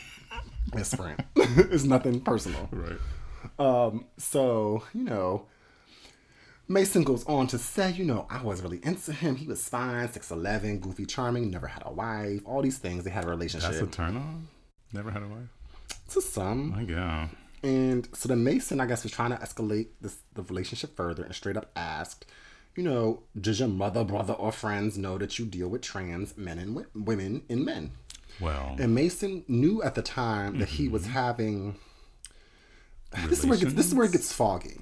Speaker 2: It's
Speaker 1: [laughs]
Speaker 2: Sprint. it's nothing personal.
Speaker 1: Right.
Speaker 2: So, you know, Mason goes on to say, you know, I was really into him. He was fine, 6'11, goofy, charming, never had a wife, all these things. They had a relationship
Speaker 1: That's a turn on. Never had a wife.
Speaker 2: to some.
Speaker 1: My God.
Speaker 2: And so then Mason, I guess, was trying to escalate this, the relationship further and straight up asked, you know, does your mother, brother, or friends know that you deal with trans men and w- women and men?
Speaker 1: Well,
Speaker 2: And Mason knew at the time that he was having. [sighs] This is where it gets, this is where it gets foggy.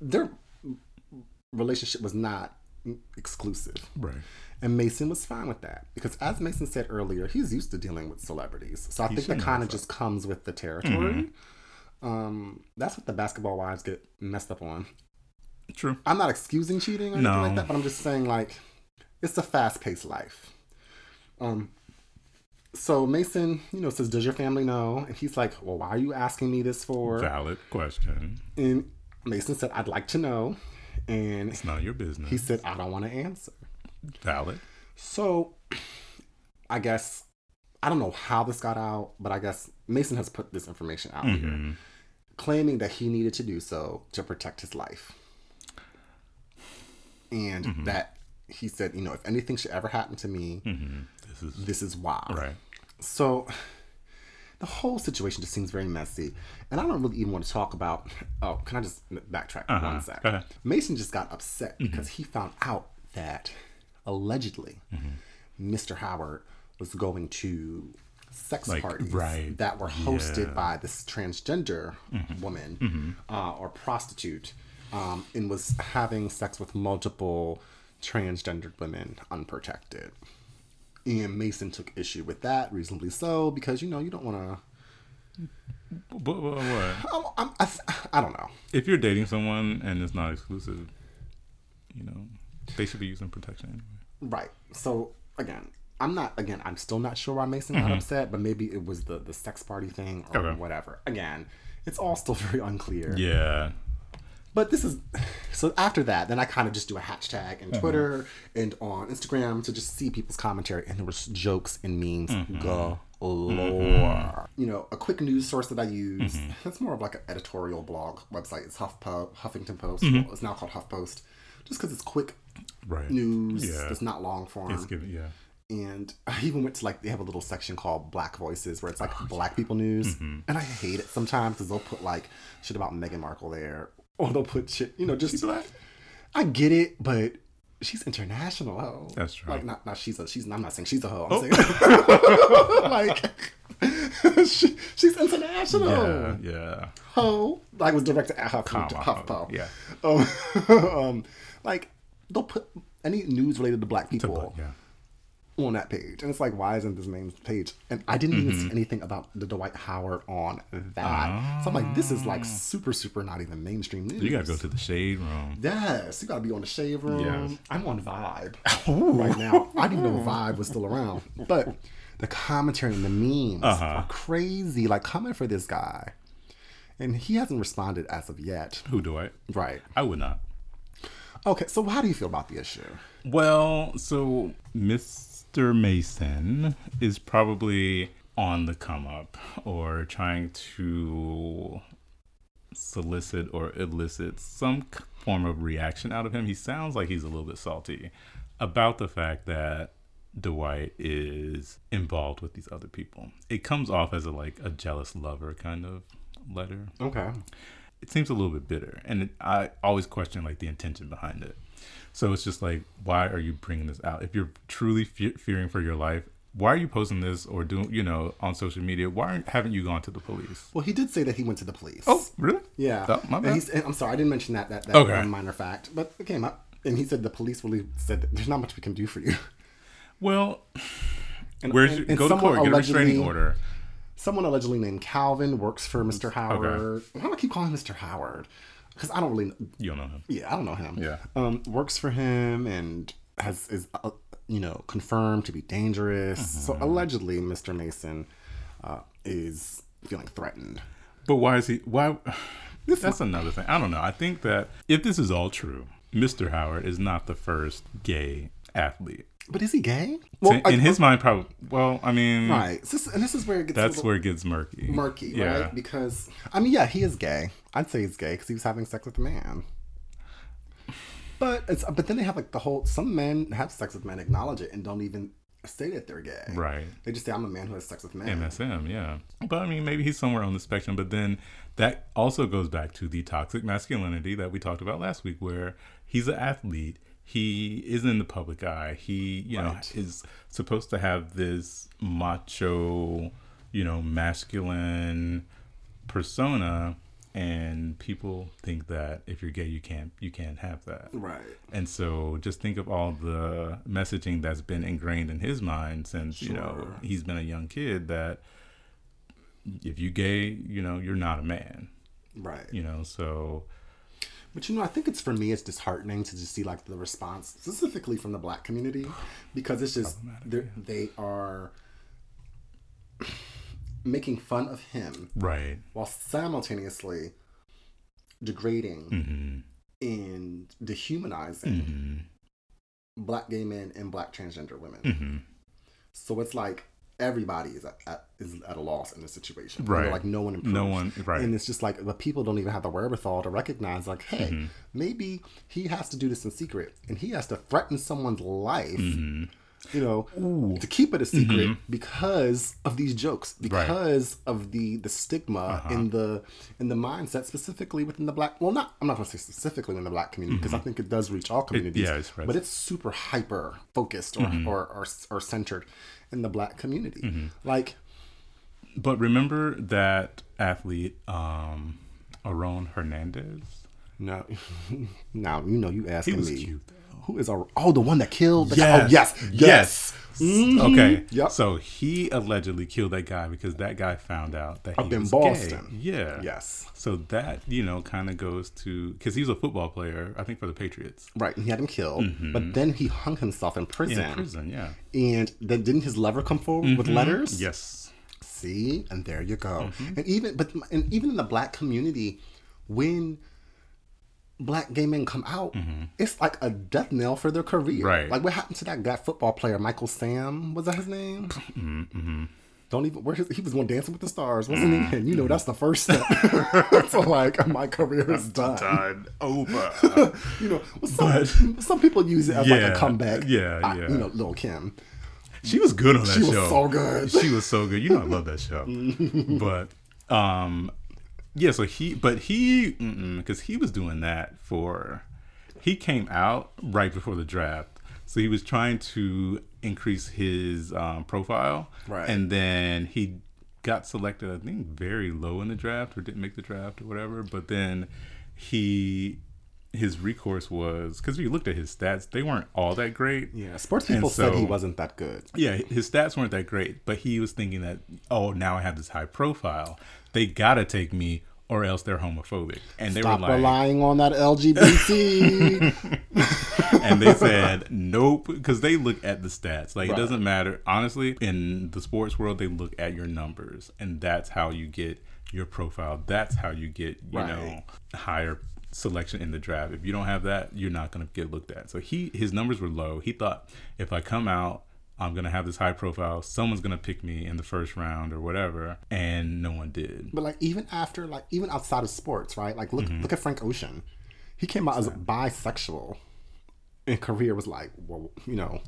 Speaker 2: Their relationship was not exclusive,
Speaker 1: right.
Speaker 2: and Mason was fine with that because, as Mason said earlier, he's used to dealing with celebrities. So I think that kind of just comes with the territory. Um, that's what the basketball wives get messed up on.
Speaker 1: True.
Speaker 2: I'm not excusing cheating or anything
Speaker 1: No.
Speaker 2: like that, but I'm just saying like it's a fast paced life. Um so Mason, you know, says, Does your family know? And he's like, Well, why are you asking me this for?
Speaker 1: Valid question.
Speaker 2: And Mason said, I'd like to know. And
Speaker 1: It's none of your business.
Speaker 2: he said, I don't want to answer.
Speaker 1: Valid.
Speaker 2: So [clears throat] I guess I don't know how this got out, but I guess Mason has put this information out here, claiming that he needed to do so to protect his life. And that he said, you know, if anything should ever happen to me,
Speaker 1: Mm-hmm. This is
Speaker 2: this is why.
Speaker 1: right.
Speaker 2: So the whole situation just seems very messy. And I don't really even want to talk about. Oh, can I just backtrack for one sec?
Speaker 1: Uh-huh. Go ahead. Mm-hmm.
Speaker 2: Mason just got upset because he found out that allegedly
Speaker 1: Mm-hmm.
Speaker 2: Mr. Howard was going to sex
Speaker 1: Like,
Speaker 2: parties
Speaker 1: right, Mm-hmm.
Speaker 2: that were hosted by this transgender woman uh, or prostitute um, and was having sex with multiple transgendered women unprotected. And Mason took issue with that, reasonably so, because you know you don't want to.
Speaker 1: But, but what?
Speaker 2: I'm, I'm, I, th- I don't know.
Speaker 1: If you're dating someone and it's not exclusive, you know, they should be using protection anyway.
Speaker 2: Right. So again, I'm not. Again, I'm still not sure why Mason got upset, but maybe it was the the sex party thing or
Speaker 1: Mm-hmm. Okay.
Speaker 2: whatever. Again, it's all still [laughs] very unclear.
Speaker 1: Yeah.
Speaker 2: But this is [sighs] so after that, then I kind of just do a hashtag
Speaker 1: Mm-hmm.
Speaker 2: in Twitter and on Instagram to just see people's commentary, and there was jokes and memes
Speaker 1: Mm-hmm.
Speaker 2: galore. You know, a quick news source that I use.
Speaker 1: Mm-hmm.
Speaker 2: That's more of like an editorial blog website. It's HuffPo, Huffington Post.
Speaker 1: Mm-hmm.
Speaker 2: Well, it's now called HuffPost, just because it's quick
Speaker 1: Right.
Speaker 2: news.
Speaker 1: Yeah.
Speaker 2: It's not long form
Speaker 1: It's given. Yeah.
Speaker 2: and [laughs] I even went to like they have a little section called Black Voices where it's like
Speaker 1: Oh,
Speaker 2: Black people news,
Speaker 1: Mm-hmm.
Speaker 2: and I hate it sometimes because they'll put like shit about Meghan Markle there, or they'll put shit, you know, just I get it, but she's international. Ho.
Speaker 1: That's true.
Speaker 2: Like not not she's a she's I'm not saying she's a hoe. I'm
Speaker 1: Oh.
Speaker 2: saying [laughs] like [laughs] she, she's international.
Speaker 1: Yeah. Yeah.
Speaker 2: Ho like was directed at Huffington
Speaker 1: Comma,
Speaker 2: HuffPo.
Speaker 1: yeah.
Speaker 2: Um, um, [laughs] like they'll put any news related to Black people
Speaker 1: But, yeah.
Speaker 2: on that page. And it's like, why isn't this main page? And I didn't even
Speaker 1: Mm-hmm.
Speaker 2: see anything about the Dwight Howard on that. So I'm like, this is like super, super not even mainstream news.
Speaker 1: Ah. You gotta go to the shade room.
Speaker 2: Yes, you gotta be on the shave room.
Speaker 1: Yes.
Speaker 2: I'm on
Speaker 1: [laughs]
Speaker 2: Vibe right now. I didn't know Vibe was still around. But the commentary and the memes
Speaker 1: Uh-huh.
Speaker 2: are crazy. Like, coming for this guy. And he hasn't responded as of yet.
Speaker 1: Who do I?
Speaker 2: Right.
Speaker 1: I would not.
Speaker 2: Okay, so how do you feel about the issue?
Speaker 1: Well, so Mr. Mason is probably on the come up or trying to solicit or elicit some c- form of reaction out of him. He sounds like he's a little bit salty about the fact that Dwight is involved with these other people. It comes off as a like a jealous lover kind of letter.
Speaker 2: Okay.
Speaker 1: It seems a little bit bitter, and it, I always question like the intention behind it. So it's just like, why are you bringing this out? If you're truly fe- fearing for your life, why are you posting this or doing, you know, on social media? Why aren't, haven't you gone to the police?
Speaker 2: Well, he did say that he went to the police.
Speaker 1: Oh, really?
Speaker 2: Yeah.
Speaker 1: Oh, my
Speaker 2: And
Speaker 1: bad.
Speaker 2: he's- and I'm sorry, I didn't mention that. That, that
Speaker 1: Okay.
Speaker 2: one minor fact, but it came up, and he said the police really said that there's not much we can do for you. [laughs]
Speaker 1: Well,
Speaker 2: And,
Speaker 1: where's
Speaker 2: and-
Speaker 1: your,
Speaker 2: and
Speaker 1: go to
Speaker 2: someone
Speaker 1: court, get a restraining
Speaker 2: allegedly-
Speaker 1: order.
Speaker 2: Someone allegedly named Calvin works for Mr. Howard. Why do I keep calling him Mr. Howard? Because I don't really. Know.
Speaker 1: You'll know him.
Speaker 2: Yeah, I don't know him.
Speaker 1: Yeah.
Speaker 2: Um, works for him and has is uh, you know confirmed to be dangerous. So
Speaker 1: Mm-hmm.
Speaker 2: allegedly, Mr. Mason uh, is feeling threatened.
Speaker 1: But why is he? Why? [sighs] That's another thing. I don't know. I think that if this is all true, Mr. Howard is not the first gay athlete.
Speaker 2: But is he gay?
Speaker 1: in
Speaker 2: I-
Speaker 1: in his mind, probably. Well, I mean,
Speaker 2: right. So this- and this is where it gets a
Speaker 1: that's
Speaker 2: little-
Speaker 1: where it gets murky.
Speaker 2: murky,
Speaker 1: yeah.
Speaker 2: right? Because I mean, yeah, he is gay. I'd say he's gay because he was having sex with a man. But it's but then they have like the whole some men have sex with men, acknowledge it, and don't even say that they're gay.
Speaker 1: Right.
Speaker 2: They just say I'm a man who has sex with men.
Speaker 1: MSM, yeah. But I mean, maybe he's somewhere on the spectrum. But then that also goes back to the toxic masculinity that we talked about last week, where he's an athlete. He is in the public eye. He, you know,
Speaker 2: Right.
Speaker 1: is supposed to have this macho, you know, masculine persona, and people think that if you're gay, you can't, you can't have that.
Speaker 2: Right.
Speaker 1: And so just think of all the messaging that's been ingrained in his mind since, you know,
Speaker 2: Sure.
Speaker 1: he's been a young kid that if you gay, you know, you're not a man,
Speaker 2: Right.
Speaker 1: you know, so
Speaker 2: But you know, I think it's for me, it's disheartening to just see like the response specifically from the black community because it's just they're- they are making fun of him
Speaker 1: right.
Speaker 2: while simultaneously degrading
Speaker 1: Mm-hmm.
Speaker 2: and dehumanizing black gay men and black transgender women.
Speaker 1: Mm. Mm-hmm.
Speaker 2: So it's like everybody is at, at is at a loss in this situation. You know,
Speaker 1: Right.
Speaker 2: like no one improves.
Speaker 1: No one- right.
Speaker 2: And it's just like the people don't even have the wherewithal to recognize like, hey,
Speaker 1: Mm-hmm.
Speaker 2: maybe he has to do this in secret and he has to threaten someone's life.
Speaker 1: Mm-hmm.
Speaker 2: You know, to keep it a secret because of these jokes, because of the the stigma and the and the mindset specifically within the black. Well, not I'm not going to say specifically in the black community because I think it does reach all communities.
Speaker 1: yeah, it's spreads.
Speaker 2: but it's super hyper focused or, or, or or centered in the black community. Like
Speaker 1: But remember that athlete, um, Aron Hernandez?
Speaker 2: no, [laughs] now you know you asking
Speaker 1: was
Speaker 2: me
Speaker 1: cute,
Speaker 2: who is our oh the one that killed the guy? Oh, yes yes
Speaker 1: Yes. Okay.
Speaker 2: Yep.
Speaker 1: So he allegedly killed that guy because that guy found out that he
Speaker 2: Up in
Speaker 1: was
Speaker 2: Boston.
Speaker 1: Gay. Yeah.
Speaker 2: yes
Speaker 1: So that, you know, kind of goes to because he was a football player, I think, for the Patriots.
Speaker 2: right he had him killed, but then he hung himself in prison.
Speaker 1: In prison, yeah.
Speaker 2: And then didn't his lover come forward with
Speaker 1: Mm-hmm.
Speaker 2: letters?
Speaker 1: Yes.
Speaker 2: See, and there you go.
Speaker 1: Mm-hmm.
Speaker 2: And even but and even in the black community, when black gay men come out, it's like a death knell for their career.
Speaker 1: Mm-hmm. Right.
Speaker 2: Like what happened to that guy football player, Michael Sam? Was that his name?
Speaker 1: Mm-hmm.
Speaker 2: Don't even where his, he was on Dancing with the Stars, wasn't he? And you know that's the
Speaker 1: [laughs]
Speaker 2: first step. [laughs] so like my career is done.
Speaker 1: Done. Over.
Speaker 2: You know, well, some, some people use it as like
Speaker 1: Yeah,
Speaker 2: a comeback.
Speaker 1: yeah,
Speaker 2: I-
Speaker 1: yeah.
Speaker 2: you know, Lil Kim.
Speaker 1: she was good on that
Speaker 2: She was
Speaker 1: show.
Speaker 2: so good.
Speaker 1: She was so good. You know, I love that
Speaker 2: [laughs]
Speaker 1: show. but, um, yeah. So he, but he, because he was doing that for, he came out right before the draft. So he was trying to increase his um, profile,
Speaker 2: Right.
Speaker 1: And then he got selected, I think, very low in the draft, or didn't make the draft, or whatever. But then he. His recourse was because we looked at his stats; they weren't all that great.
Speaker 2: Yeah, sports
Speaker 1: And
Speaker 2: people said he
Speaker 1: so-
Speaker 2: wasn't that good.
Speaker 1: Yeah, his stats weren't that great, but he was thinking that, oh, now I have this high profile. They gotta take me, or else they're homophobic. And they
Speaker 2: Stop
Speaker 1: were like,
Speaker 2: relying on
Speaker 1: [laughs]
Speaker 2: that LGBT.
Speaker 1: and they said, nope, because they look at the stats. Like it doesn't matter. Honestly, in the sports world, they look at your numbers, and that's how you get your profile. That's how you get, you
Speaker 2: Right.
Speaker 1: know, higher selection in the draft. If you don't have that, you're not gonna get looked at. So he, his numbers were low. He thought, if I come out I'm gonna have this high profile. Someone's gonna pick me in the first round or whatever, and no one did.
Speaker 2: But like even after like even outside of sports, right? Like
Speaker 1: Mm-hmm.
Speaker 2: look look at Frank Ocean. He came out as bisexual, and career was like, well, you know.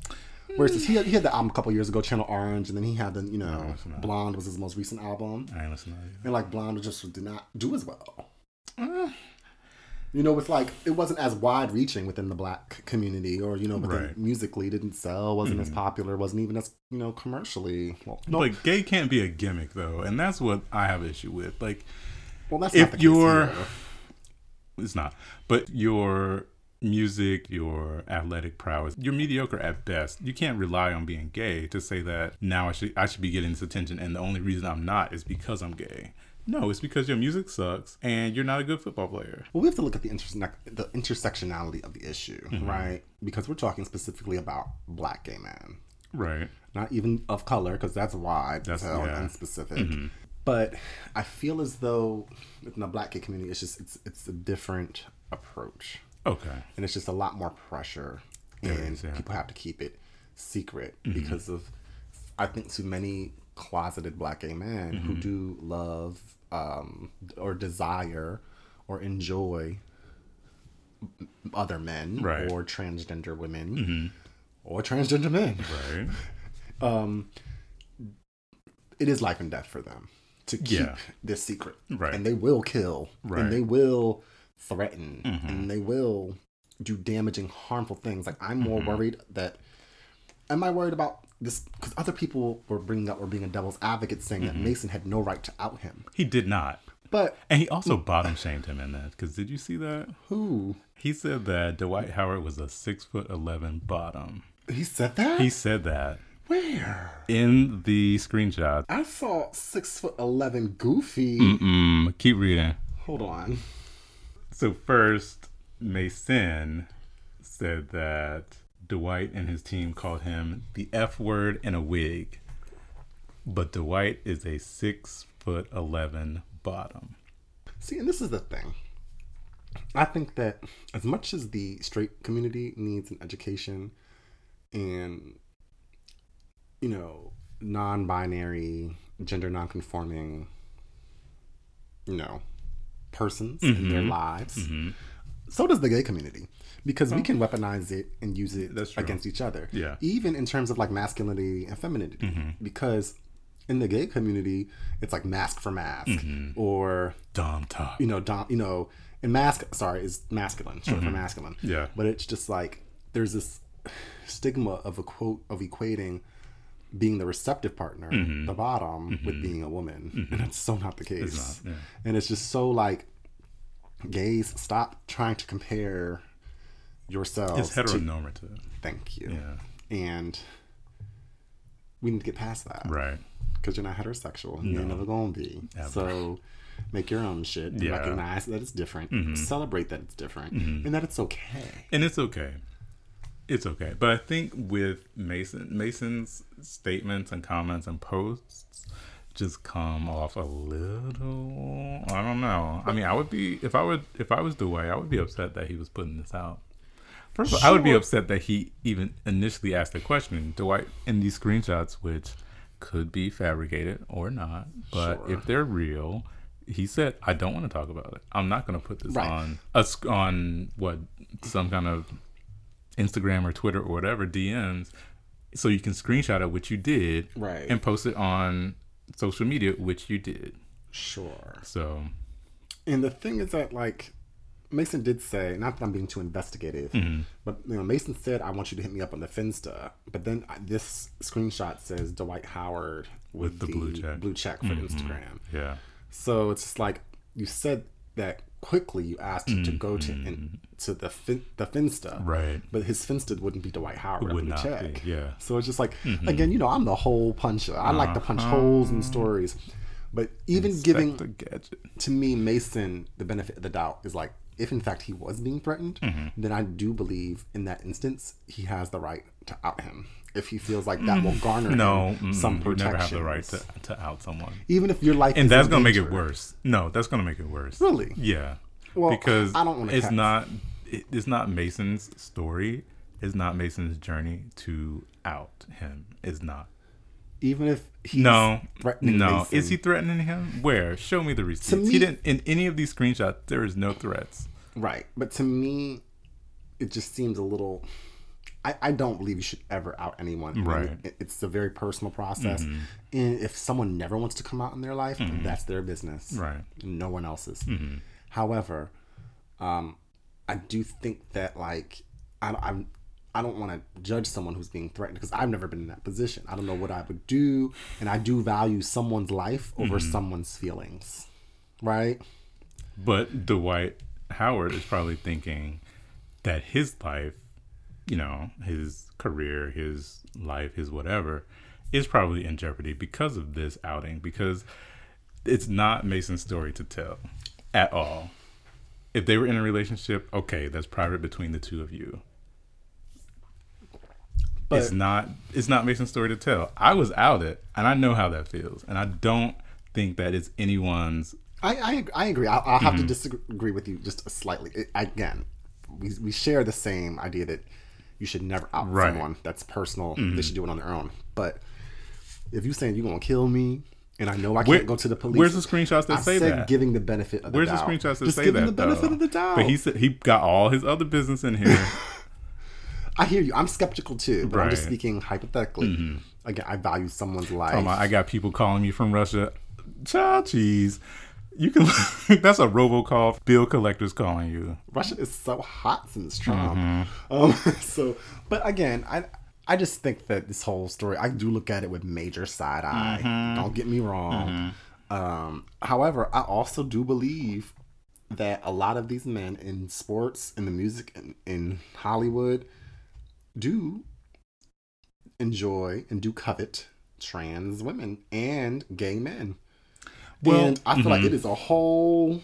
Speaker 2: Whereas this- he had, he had the album a couple years ago, Channel Orange, and then he had the you know Blonde was his most recent album,
Speaker 1: I ain't listening to
Speaker 2: and like Blonde just did not do as well. You know, it's like it wasn't as wide reaching within the black community, or you know, within
Speaker 1: Right. Mm-hmm.
Speaker 2: musically didn't sell, wasn't as popular, wasn't even as you know commercially. Well,
Speaker 1: you.
Speaker 2: no,
Speaker 1: Like gay can't be a gimmick though, and that's what I have issue with. Like
Speaker 2: well, that's not
Speaker 1: if
Speaker 2: the case
Speaker 1: your
Speaker 2: here.
Speaker 1: it's not but your music your athletic prowess you're mediocre at best you can't rely on being gay to say that now i should i should be getting this attention and the only reason i'm not is because i'm gay no it's because your music sucks and you're not a good football player
Speaker 2: Well, we have to look at the, interse- the intersectionality of the issue,
Speaker 1: Mm-hmm.
Speaker 2: right? Because we're talking specifically about black gay men,
Speaker 1: right
Speaker 2: not even of color, because that's wide
Speaker 1: That's-
Speaker 2: so,
Speaker 1: yeah. Mm-hmm.
Speaker 2: and specific. But I feel as though in the black gay community, it's just it's it's a different approach,
Speaker 1: okay
Speaker 2: and it's just a lot more pressure, and
Speaker 1: is, yeah. Mm-hmm.
Speaker 2: people have to keep it secret because of I think too many closeted black gay men who
Speaker 1: Mm-hmm.
Speaker 2: do love um, or desire or enjoy other men
Speaker 1: Right. Mm-hmm.
Speaker 2: or transgender women or transgender men.
Speaker 1: right
Speaker 2: um, It is life and death for them to keep
Speaker 1: Yeah.
Speaker 2: this secret.
Speaker 1: Right.
Speaker 2: And they will kill.
Speaker 1: Right. Mm-hmm.
Speaker 2: And they will threaten. And they will do damaging, harmful things. Like, I'm more
Speaker 1: Mm-hmm.
Speaker 2: worried that. Am I worried about this? Because other people were bringing up or being a devil's advocate saying
Speaker 1: Mm-hmm.
Speaker 2: that Mason had no right to out him.
Speaker 1: he did not
Speaker 2: But
Speaker 1: and he also bottom shamed him in that because did you see that
Speaker 2: who?
Speaker 1: he said that dwight howard was a six foot eleven bottom
Speaker 2: He said that?
Speaker 1: he said that
Speaker 2: Where?
Speaker 1: in the screenshot
Speaker 2: I saw six foot eleven Goofy.
Speaker 1: Mm, keep reading
Speaker 2: Hold on.
Speaker 1: So first, Mason said that Dwight and his team called him the F word in a wig, but Dwight is a six foot eleven bottom.
Speaker 2: See, and this is the thing. I think that as much as the straight community needs an education and you know, non-binary, gender non-conforming, you know, persons in
Speaker 1: Mm-hmm.
Speaker 2: their lives, so does the gay community because we can weaponize it and use it
Speaker 1: Oh. That's true.
Speaker 2: against each other.
Speaker 1: Yeah. Mm-hmm.
Speaker 2: Even in terms of like masculinity and femininity, because in the gay community, it's like mask for mask
Speaker 1: Mm-hmm.
Speaker 2: or
Speaker 1: Dom top.
Speaker 2: you know, dom, you know, and mask. Sorry, is masculine short for masculine.
Speaker 1: Mm-hmm. Yeah.
Speaker 2: but it's just like there's this stigma of a quote of equating being the receptive partner,
Speaker 1: Mm-hmm.
Speaker 2: the bottom, with being a woman, and that's so not the case.
Speaker 1: not, yeah.
Speaker 2: And it's just so like, gays, stop trying to compare
Speaker 1: It's
Speaker 2: yourselves.
Speaker 1: heteronormative.
Speaker 2: to, thank you.
Speaker 1: Yeah.
Speaker 2: And we need to get past that
Speaker 1: Right.
Speaker 2: because you're not heterosexual. and You're never gonna be. So make your own shit. and
Speaker 1: Yeah. Mm-hmm.
Speaker 2: Recognize that it's different. Celebrate that it's different, and that it's okay.
Speaker 1: And it's okay. It's okay. But I think with Mason Mason's statements and comments and posts just come off a little I don't know. I mean I would be if I would if I was Dwayne, I would be upset that he was putting this out. First of all, I would be
Speaker 2: Sure.
Speaker 1: upset that he even initially asked the question. Dwight in these screenshots, which could be fabricated or not, but
Speaker 2: Sure.
Speaker 1: if they're real, he said, "I don't want to talk about it. I'm not going to put this
Speaker 2: Right.
Speaker 1: on us on what some kind of Instagram or Twitter or whatever DMs, so you can screenshot it, which you did,
Speaker 2: Right.
Speaker 1: and post it on social media, which you did.
Speaker 2: Sure.
Speaker 1: So
Speaker 2: And the thing is that like. Mason did say, not that I'm being too investigative,
Speaker 1: Mm-hmm.
Speaker 2: but you know, Mason said, "I want you to hit me up on the Finsta." But then I, this screenshot says Dwight Howard with,
Speaker 1: the blue check. Mm-hmm.
Speaker 2: blue check for Instagram.
Speaker 1: yeah,
Speaker 2: So it's just like you said that quickly. You asked him to go to in, to the fin, the Finsta,
Speaker 1: Mm-hmm. Right.
Speaker 2: But his Finsta wouldn't be Dwight Howard.
Speaker 1: would
Speaker 2: Would
Speaker 1: not
Speaker 2: check.
Speaker 1: be, yeah. Mm-hmm.
Speaker 2: So it's just like again, you know, I'm the hole puncher. I like
Speaker 1: Uh-huh.
Speaker 2: to punch holes in stories, but even giving
Speaker 1: Back to gadget.
Speaker 2: to me Mason the benefit of the doubt is like if in fact he was being threatened,
Speaker 1: Mm-hmm.
Speaker 2: then I do believe in that instance he has the right to out him if he feels like that will garner
Speaker 1: Mm. No,
Speaker 2: him some
Speaker 1: you
Speaker 2: protection.
Speaker 1: never have the right to, to out someone,
Speaker 2: Even if your life
Speaker 1: and
Speaker 2: is
Speaker 1: that's
Speaker 2: in
Speaker 1: gonna make it
Speaker 2: danger.
Speaker 1: worse. No, that's gonna make it worse.
Speaker 2: Really?
Speaker 1: Yeah.
Speaker 2: Well,
Speaker 1: because
Speaker 2: I don't wanna
Speaker 1: It's
Speaker 2: cast-
Speaker 1: not. It, it's not Mason's story. It's not Mason's journey to out him is not.
Speaker 2: Even if he's
Speaker 1: No,
Speaker 2: threatening
Speaker 1: no.
Speaker 2: Mason.
Speaker 1: Is he threatening him? Where? Show me the receipts.
Speaker 2: me-
Speaker 1: he didn't. In any of these screenshots, there is no threats.
Speaker 2: Right. But to me, it just seems a little. I, I don't believe you should ever out anyone.
Speaker 1: Right. Mm-hmm.
Speaker 2: It- It's a very personal process. And if someone never wants to come out in their life, that's their business.
Speaker 1: Right.
Speaker 2: No one else's. However, um, I do think that, like, I, I'm. I don't want to judge someone who's being threatened because I've never been in that position. I don't know what I would do, and I do value someone's life over someone's feelings, right?
Speaker 1: But Dwight Howard is probably thinking that his life, you know, his career, his life, his whatever, is probably in jeopardy because of this outing, because it's not Mason's story to tell at all. If they were in a relationship, okay, that's private between the two of you. it's
Speaker 2: But-
Speaker 1: not it's not Mason's story to tell. I was outed and I know how that feels. And I don't think that it's anyone's
Speaker 2: I I, I agree. I'll, I'll have
Speaker 1: Mm-hmm.
Speaker 2: to disagree with you just slightly. It, again, we, we share the same idea that you should never out
Speaker 1: Right. Mm-hmm.
Speaker 2: someone. That's personal. They should do it on their own. But if you're saying you're gonna kill me, and I know I can't
Speaker 1: Where-
Speaker 2: go to the police,
Speaker 1: where's the screenshots that
Speaker 2: I
Speaker 1: say
Speaker 2: said
Speaker 1: that?
Speaker 2: giving the benefit of
Speaker 1: Where's
Speaker 2: the
Speaker 1: the
Speaker 2: doubt.
Speaker 1: screenshots that
Speaker 2: just
Speaker 1: say
Speaker 2: giving
Speaker 1: that?
Speaker 2: the benefit
Speaker 1: though?
Speaker 2: of the doubt.
Speaker 1: But he said he got all his other business in here.
Speaker 2: [laughs] I hear you. I'm skeptical too, but I'm just
Speaker 1: Right. Mm-hmm.
Speaker 2: speaking hypothetically. Again, I value someone's life.
Speaker 1: I'm like, I got people calling me from Russia. Child cheese. You can. [laughs] that's a robocall. Bill collectors calling you.
Speaker 2: Russia is so hot since Trump. Um, [laughs] so, but again, I I just think that this whole story, I do look at it with major side eye. Don't get me wrong. Um, however, I also do believe that a lot of these men in sports, in the music, in, in Hollywood, do enjoy and do covet trans women and gay men.
Speaker 1: Well, mm-hmm.
Speaker 2: and I feel like it is a whole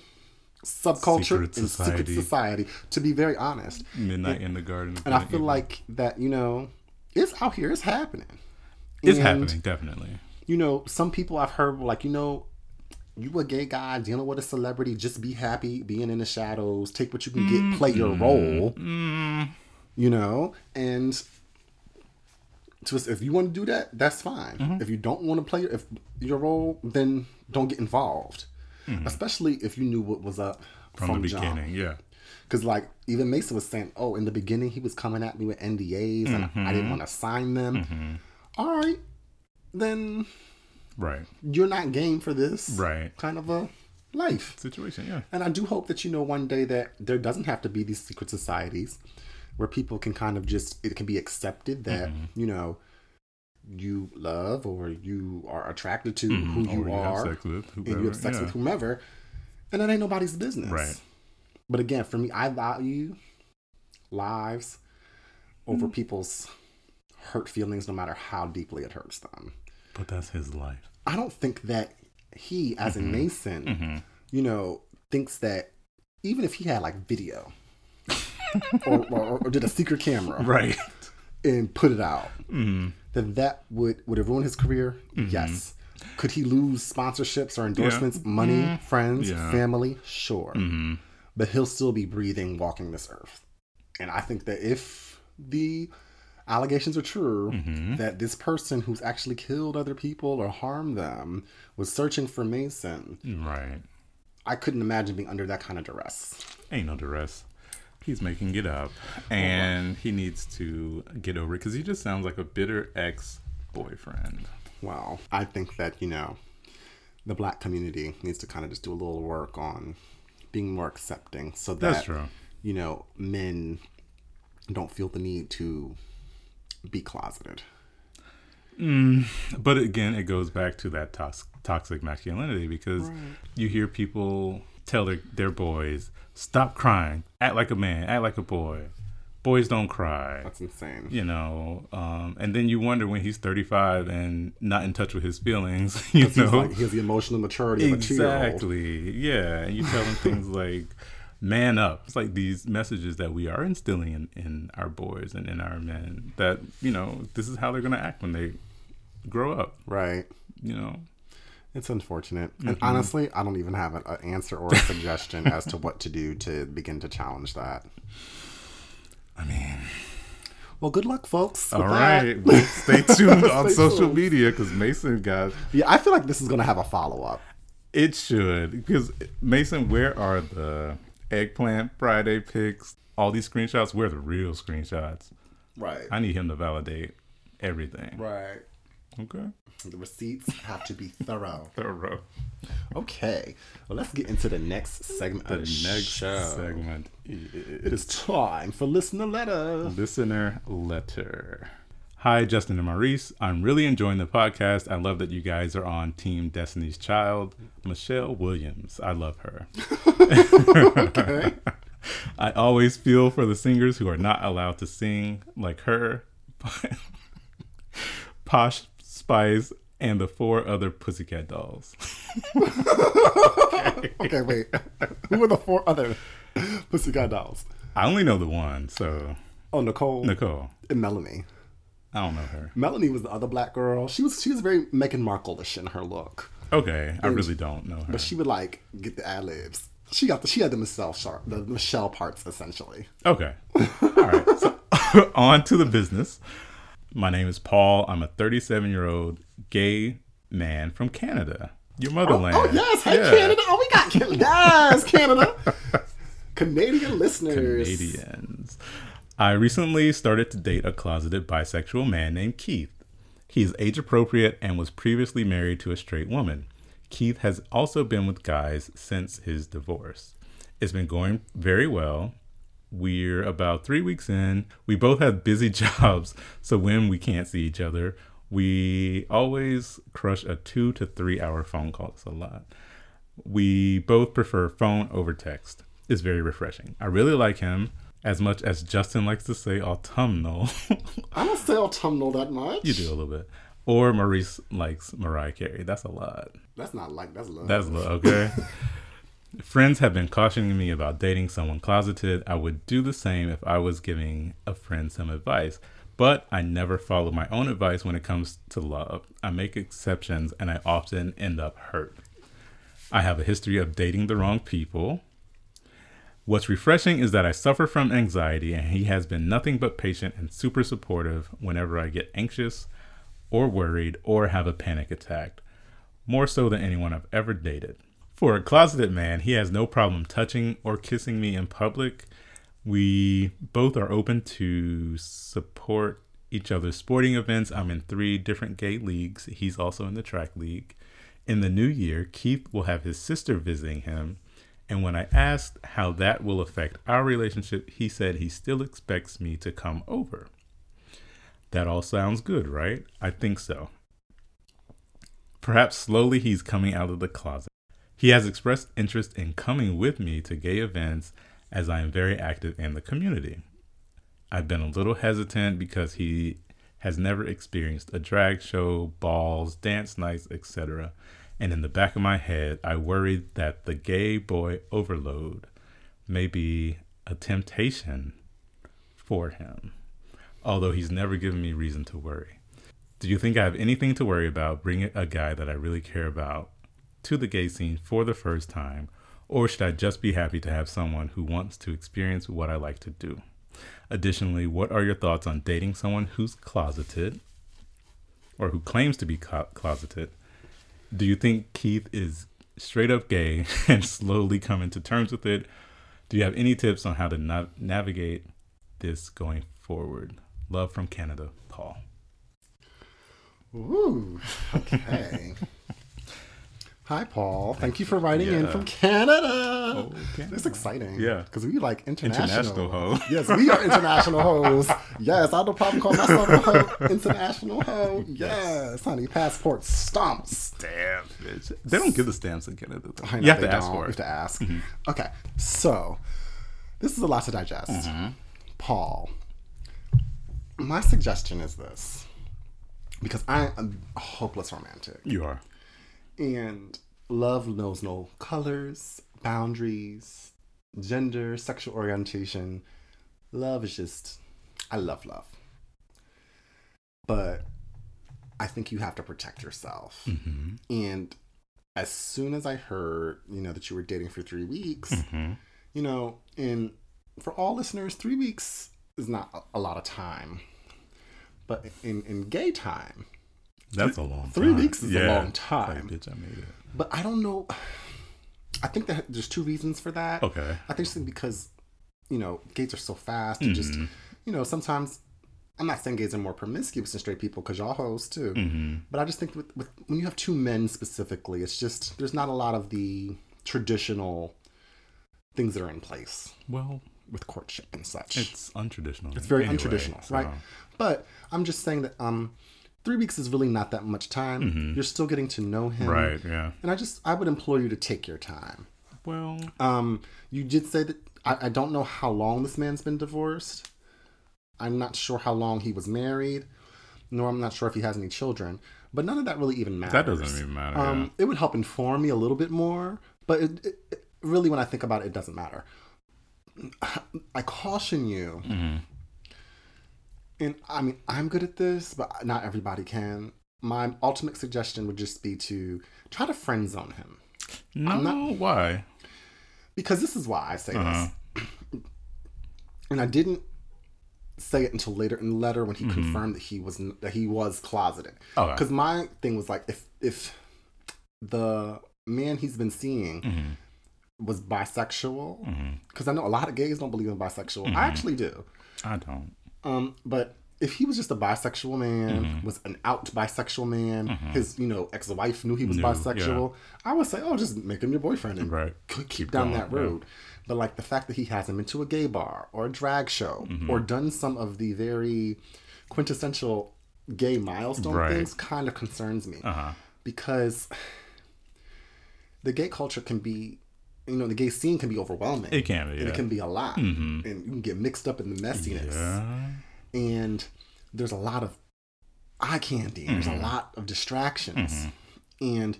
Speaker 2: subculture
Speaker 1: Secret
Speaker 2: and secret
Speaker 1: society.
Speaker 2: society. To be very honest,
Speaker 1: Midnight in the garden.
Speaker 2: and I feel like that you know, it's out here. It's happening.
Speaker 1: it's
Speaker 2: And,
Speaker 1: happening. Definitely.
Speaker 2: You know, some people I've heard were like you know. You a gay guy dealing with a celebrity, just be happy being in the shadows, take what you can get, play your
Speaker 1: Mm-hmm.
Speaker 2: role. You know? And to us, if you want to do that, that's fine.
Speaker 1: Mm-hmm.
Speaker 2: If you don't want to play if your role, then don't get involved. Especially if you knew what was up
Speaker 1: Mm-hmm. From, the beginning. Yeah.
Speaker 2: because like even Mason was saying, oh, in the beginning he was coming at me with NDAs and I
Speaker 1: Mm-hmm.
Speaker 2: didn't want to sign them. All right, then
Speaker 1: Right.
Speaker 2: you're not game for this
Speaker 1: Right.
Speaker 2: kind of a life.
Speaker 1: Situation. Yeah.
Speaker 2: And I do hope that you know one day that there doesn't have to be these secret societies where people can kind of just it can be accepted that
Speaker 1: Mm-hmm.
Speaker 2: you know you love or you are attracted to who
Speaker 1: Mm-hmm. Or
Speaker 2: you
Speaker 1: have
Speaker 2: are
Speaker 1: sex with
Speaker 2: and you have sex
Speaker 1: yeah.
Speaker 2: with whomever, and it ain't nobody's business.
Speaker 1: Right.
Speaker 2: But again, for me, I value lives over
Speaker 1: Mm-hmm.
Speaker 2: people's hurt feelings, no matter how deeply it hurts them.
Speaker 1: But that's his life.
Speaker 2: I don't think that he, as
Speaker 1: Mm-hmm.
Speaker 2: a Mason,
Speaker 1: Mm.
Speaker 2: you know, thinks that even if he had like video
Speaker 1: [laughs]
Speaker 2: or, or, or did a secret camera
Speaker 1: [laughs] Right.
Speaker 2: and put it out,
Speaker 1: Mm-hmm,
Speaker 2: that that would would it ruin his career? Yes. Could he lose sponsorships or endorsements, money, friends,
Speaker 1: Mm-hmm. Yeah.
Speaker 2: family? Sure.
Speaker 1: mm-hmm,
Speaker 2: But he'll still be breathing, walking this earth. And I think that if the allegations are true
Speaker 1: Mm-hmm.
Speaker 2: that this person who's actually killed other people or harmed them was searching for Mason,
Speaker 1: Right.
Speaker 2: I couldn't imagine being under that kind of duress.
Speaker 1: Ain't no duress. He's making it up, and he needs to get over it because he just sounds like a bitter ex-boyfriend.
Speaker 2: Well, I think that, you know, the black community needs to kind of just do a little work on being more accepting so that,
Speaker 1: That's true.
Speaker 2: you know, men don't feel the need to be closeted.
Speaker 1: But again, it goes back to that tox- toxic masculinity because you hear people tell their, their boys, stop crying, act like a man, act like a boy. Boys don't cry,
Speaker 2: That's insane.
Speaker 1: you know. Um, and then you wonder when he's 35 and not in touch with his feelings, [laughs] you
Speaker 2: He's
Speaker 1: know.
Speaker 2: like, he has the emotional maturity of a two-year-old.
Speaker 1: Uh-huh. exactly. Yeah. And you tell them
Speaker 2: [laughs]
Speaker 1: things like, man up. It's like these messages that we are instilling in, in our boys and in our men that, you know, this is how they're going to act when they grow up,
Speaker 2: Right.
Speaker 1: you know.
Speaker 2: It's unfortunate. And
Speaker 1: Mm-hmm.
Speaker 2: honestly, I don't even have an, an answer or a suggestion as to what to do to begin to challenge that.
Speaker 1: I mean,
Speaker 2: Well, good luck, folks. with
Speaker 1: All
Speaker 2: that.
Speaker 1: right. Well,
Speaker 2: [laughs]
Speaker 1: stay tuned on
Speaker 2: Stay
Speaker 1: social
Speaker 2: tuned.
Speaker 1: media because Mason got
Speaker 2: Yeah, I feel like this is gonna have a follow up.
Speaker 1: it should because Mason, where are the eggplant Friday pics? All these screenshots, where are the real screenshots?
Speaker 2: Right.
Speaker 1: I need him to validate everything.
Speaker 2: Right.
Speaker 1: Okay.
Speaker 2: The receipts have to be thorough.
Speaker 1: Thorough.
Speaker 2: Okay. Well, let's get into the next segment.
Speaker 1: The
Speaker 2: of the
Speaker 1: next
Speaker 2: show.
Speaker 1: segment.
Speaker 2: It is time for listener letter.
Speaker 1: Listener letter. Hi, Justin and Maurice. I'm really enjoying the podcast. I love that you guys are on Team Destiny's Child. Michelle Williams. I love her.
Speaker 2: Okay.
Speaker 1: I always feel for the singers who are not allowed to sing, like her, [laughs] Posh Spice, and the four other Pussycat dolls.
Speaker 2: okay, wait. [laughs] Who were the four other [laughs] Pussycat dolls?
Speaker 1: I only know the one, so
Speaker 2: Oh, Nicole
Speaker 1: Nicole.
Speaker 2: and Melanie.
Speaker 1: I don't know her.
Speaker 2: Melanie was the other black girl. She was she was very Meghan Markle-ish in her look,
Speaker 1: Okay, I really don't know her.
Speaker 2: but she would like get the ad libs. She got the she had the Michelle sharp the Michelle parts essentially.
Speaker 1: Okay. All right. So, [laughs] on to the business. My name is Paul. I'm a 37 year old gay man from Canada, your motherland.
Speaker 2: Oh yes, hey
Speaker 1: Yeah.
Speaker 2: Canada! Oh, we
Speaker 1: [laughs]
Speaker 2: got Canada. yes, Canada. Canadian listeners.
Speaker 1: Canadians. I recently started to date a closeted bisexual man named Keith. He is age appropriate and was previously married to a straight woman. Keith has also been with guys since his divorce. It's been going very well. We're about three weeks in. We both have busy [laughs] jobs, so when we can't see each other, we always crush a two to three hour phone call. It's a lot. We both prefer phone over text. It's very refreshing. I really like him as much as Justin likes to say autumnal. [laughs]
Speaker 2: I don't say autumnal that much.
Speaker 1: you do a little bit. Or Maurice likes Mariah Carey. That's a lot.
Speaker 2: That's not like that's love.
Speaker 1: That's a lot, okay. [laughs] Friends have been cautioning me about dating someone closeted. I would do the same if I was giving a friend some advice, but I never follow my own advice when it comes to love. I make exceptions and I often end up hurt. I have a history of dating the wrong people. What's refreshing is that I suffer from anxiety, and he has been nothing but patient and super supportive whenever I get anxious or worried or have a panic attack, more so than anyone I've ever dated. For a closeted man, he has no problem touching or kissing me in public. We both are open to support each other's sporting events. I'm in three different gay leagues. He's also in the track league. In the new year, Keith will have his sister visiting him. And when I asked how that will affect our relationship, he said he still expects me to come over. That all sounds good, right? I think so. Perhaps slowly he's coming out of the closet. He has expressed interest in coming with me to gay events as I am very active in the community. I've been a little hesitant because he has never experienced a drag show, balls, dance nights, etc. And in the back of my head, I worry that the gay boy overload may be a temptation for him, although he's never given me reason to worry. Do you think I have anything to worry about bringing a guy that I really care about to the gay scene for the first time, or should I just be happy to have someone who wants to experience what I like to do? Additionally, what are your thoughts on dating someone who's closeted or who claims to be clo- closeted? Do you think Keith is straight up gay [laughs] and slowly coming to terms with it? Do you have any tips on how to nav- navigate this going forward? Love from Canada, Paul.
Speaker 2: Ooh, okay. Hi, Paul. Thank you for writing in
Speaker 1: Yeah. Oh,
Speaker 2: from Canada.
Speaker 1: Canada.
Speaker 2: It's exciting.
Speaker 1: Yeah.
Speaker 2: Because we like international.
Speaker 1: International hoe.
Speaker 2: yes, we are international hoes. Yes, I have no problem calling myself a hoe.
Speaker 1: [laughs]
Speaker 2: International hoe. Yes, honey. Passport stumps.
Speaker 1: Damn, bitch. They don't give the stamps in Canada. Though.
Speaker 2: I know
Speaker 1: You have
Speaker 2: they
Speaker 1: to ask
Speaker 2: don't.
Speaker 1: for
Speaker 2: You have
Speaker 1: it. Mm-hmm.
Speaker 2: to ask. Okay, so this is a lot to digest.
Speaker 1: Mm-hmm.
Speaker 2: Paul, my suggestion is this because I am a hopeless romantic.
Speaker 1: You are.
Speaker 2: And love knows no colors, boundaries, gender, sexual orientation. Love is just, I love love. But I think you have to protect yourself.
Speaker 1: Mm. Mm-hmm.
Speaker 2: And as soon as I heard, you know, that you were dating for three weeks,
Speaker 1: Mm. Mm-hmm.
Speaker 2: you know, and for all listeners, three weeks is not a- a lot of time But in, in gay time,
Speaker 1: That's a long
Speaker 2: three
Speaker 1: time.
Speaker 2: weeks is a long
Speaker 1: It's
Speaker 2: time.
Speaker 1: Like, bitch, I made it.
Speaker 2: but I don't know. I think that there's two reasons for that.
Speaker 1: Okay.
Speaker 2: I think it's because, you know, gays are so fast and just,
Speaker 1: Mm-hmm.
Speaker 2: you know, sometimes I'm not saying gays are more promiscuous than straight people because y'all hoes too.
Speaker 1: Mm-hmm.
Speaker 2: But I just think with, with when you have two men specifically, it's just there's not a lot of the traditional things that are in place
Speaker 1: Well,
Speaker 2: with courtship and such.
Speaker 1: it's untraditional.
Speaker 2: It's very
Speaker 1: anyway,
Speaker 2: untraditional,
Speaker 1: so-
Speaker 2: right? But I'm just saying that um, three weeks is really not that much time. You're still getting to know him,
Speaker 1: Mm-hmm. Right. Yeah.
Speaker 2: And I just I would implore you to take your time.
Speaker 1: Well,
Speaker 2: Um, you did say that I, I don't know how long this man's been divorced. I'm not sure how long he was married, nor I'm not sure if he has any children. But none of that really even matters.
Speaker 1: that doesn't even matter.
Speaker 2: Um, It would help inform me a little bit more, but it, it, it- really, when I think about it, it doesn't matter. [sighs] I caution you,
Speaker 1: Mm-hmm.
Speaker 2: and I mean, I'm good at this, but not everybody can. My ultimate suggestion would just be to try to friend zone him
Speaker 1: yeah. No. why?
Speaker 2: because this is why I say
Speaker 1: Uh-huh.
Speaker 2: this, and I didn't say it until later in the letter when he confirmed that he was n- that he was closeted.
Speaker 1: Mm-hmm. Oh, Okay.
Speaker 2: Because my thing was like, if if the man he's been seeing
Speaker 1: Mm-hmm.
Speaker 2: was bisexual,
Speaker 1: Mm.
Speaker 2: because I know a lot of gays don't believe in bisexual.
Speaker 1: Mm-hmm.
Speaker 2: I actually do.
Speaker 1: I don't.
Speaker 2: Um, but if he was just a bisexual man,
Speaker 1: Mm-hmm.
Speaker 2: was an out bisexual man, his you know ex wife knew he was
Speaker 1: Knew,
Speaker 2: bisexual, I would say, oh, just make him your boyfriend and
Speaker 1: Right.
Speaker 2: k- keep, down
Speaker 1: going,
Speaker 2: that
Speaker 1: yeah.
Speaker 2: road. But like the fact that he hasn't been to a gay bar or a drag show
Speaker 1: Mm-hmm.
Speaker 2: or done some of the very quintessential gay milestone
Speaker 1: Right. Uh-huh.
Speaker 2: things kind of concerns me because the gay culture can be. You know, the gay scene can be overwhelming.
Speaker 1: It can be,
Speaker 2: And
Speaker 1: yeah. Mm-hmm.
Speaker 2: it can be a lot. And you can get mixed up in the messiness
Speaker 1: Yeah.
Speaker 2: and there's a lot of eye candy and there's a lot of distractions and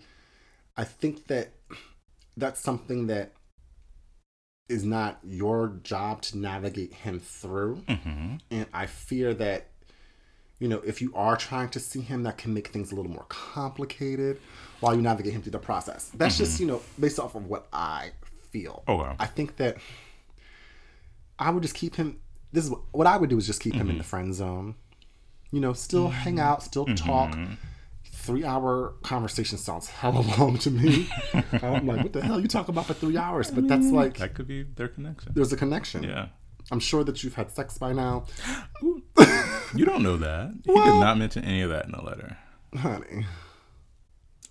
Speaker 2: i think that that's something that is not your job to navigate him through
Speaker 1: Mm-hmm.
Speaker 2: and i fear that you know if you are trying to see him that can make things a little more complicated while you navigate him through the process that's just you know based off of what i feel
Speaker 1: Mm-hmm. Oh wow.
Speaker 2: I think that I would just keep him. This is what, what I would do is just keep him
Speaker 1: Mm-hmm.
Speaker 2: in the friend zone. You know, still hang out, still talk.
Speaker 1: Mm-hmm.
Speaker 2: Three hour conversation sounds hella long to
Speaker 1: [laughs]
Speaker 2: me. I'm like, what the hell you talk about for three hours? But that's like
Speaker 1: that could be their connection.
Speaker 2: there's a connection.
Speaker 1: Yeah.
Speaker 2: I'm sure that you've had sex by now,
Speaker 1: You don't know that. He did not mention any of that in the letter.
Speaker 2: honey.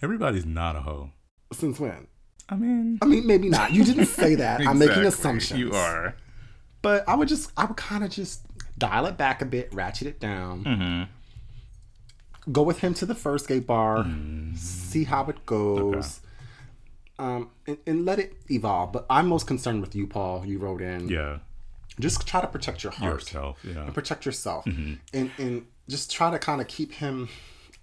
Speaker 1: Everybody's not a hoe.
Speaker 2: Since when?
Speaker 1: I mean,
Speaker 2: I mean, maybe not. You didn't
Speaker 1: [laughs]
Speaker 2: say that. I'm making
Speaker 1: exactly.
Speaker 2: assumptions.
Speaker 1: You are.
Speaker 2: But I would just, I would kind of just dial it back a bit, ratchet it down.
Speaker 1: Mm-hmm.
Speaker 2: Go with him to the first gay bar,
Speaker 1: Mm.
Speaker 2: see how it goes, um, and, and let it evolve. But I'm most concerned with you, Paul. You wrote in.
Speaker 1: Yeah.
Speaker 2: Just try to protect your heart
Speaker 1: Yourself. Mm-hmm. Yeah.
Speaker 2: and protect yourself, and and just try to kind of keep him.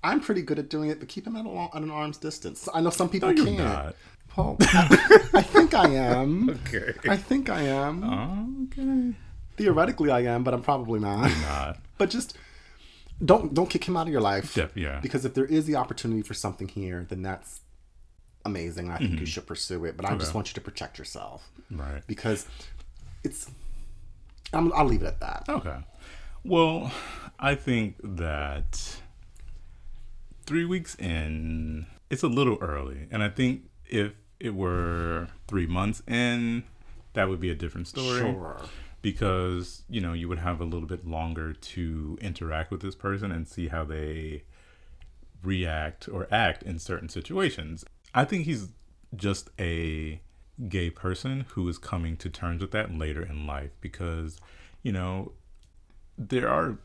Speaker 2: I'm pretty good at doing it, but keep him at, a long, at an arm's distance. I know some people
Speaker 1: You're
Speaker 2: can't.
Speaker 1: not. [laughs]
Speaker 2: Paul, I, I think I am.
Speaker 1: Okay.
Speaker 2: I think I am.
Speaker 1: Okay.
Speaker 2: Theoretically, I am, but I'm probably not.
Speaker 1: Not.
Speaker 2: But just don't don't kick him out of your life.
Speaker 1: Def- yeah.
Speaker 2: Because if there is the opportunity for something here, then that's amazing. I think
Speaker 1: Mm-hmm.
Speaker 2: you should pursue it. But I just want you to protect yourself
Speaker 1: Right.
Speaker 2: because it's. I'm, I'll leave it at that.
Speaker 1: Okay. Well, I think that three weeks in, it's a little early. And I think if it were three months in, that would be a different story.
Speaker 2: Sure.
Speaker 1: Because, you know, you would have a little bit longer to interact with this person and see how they react or act in certain situations. I think he's just a gay person who is coming to terms with that later in life because, you know, there are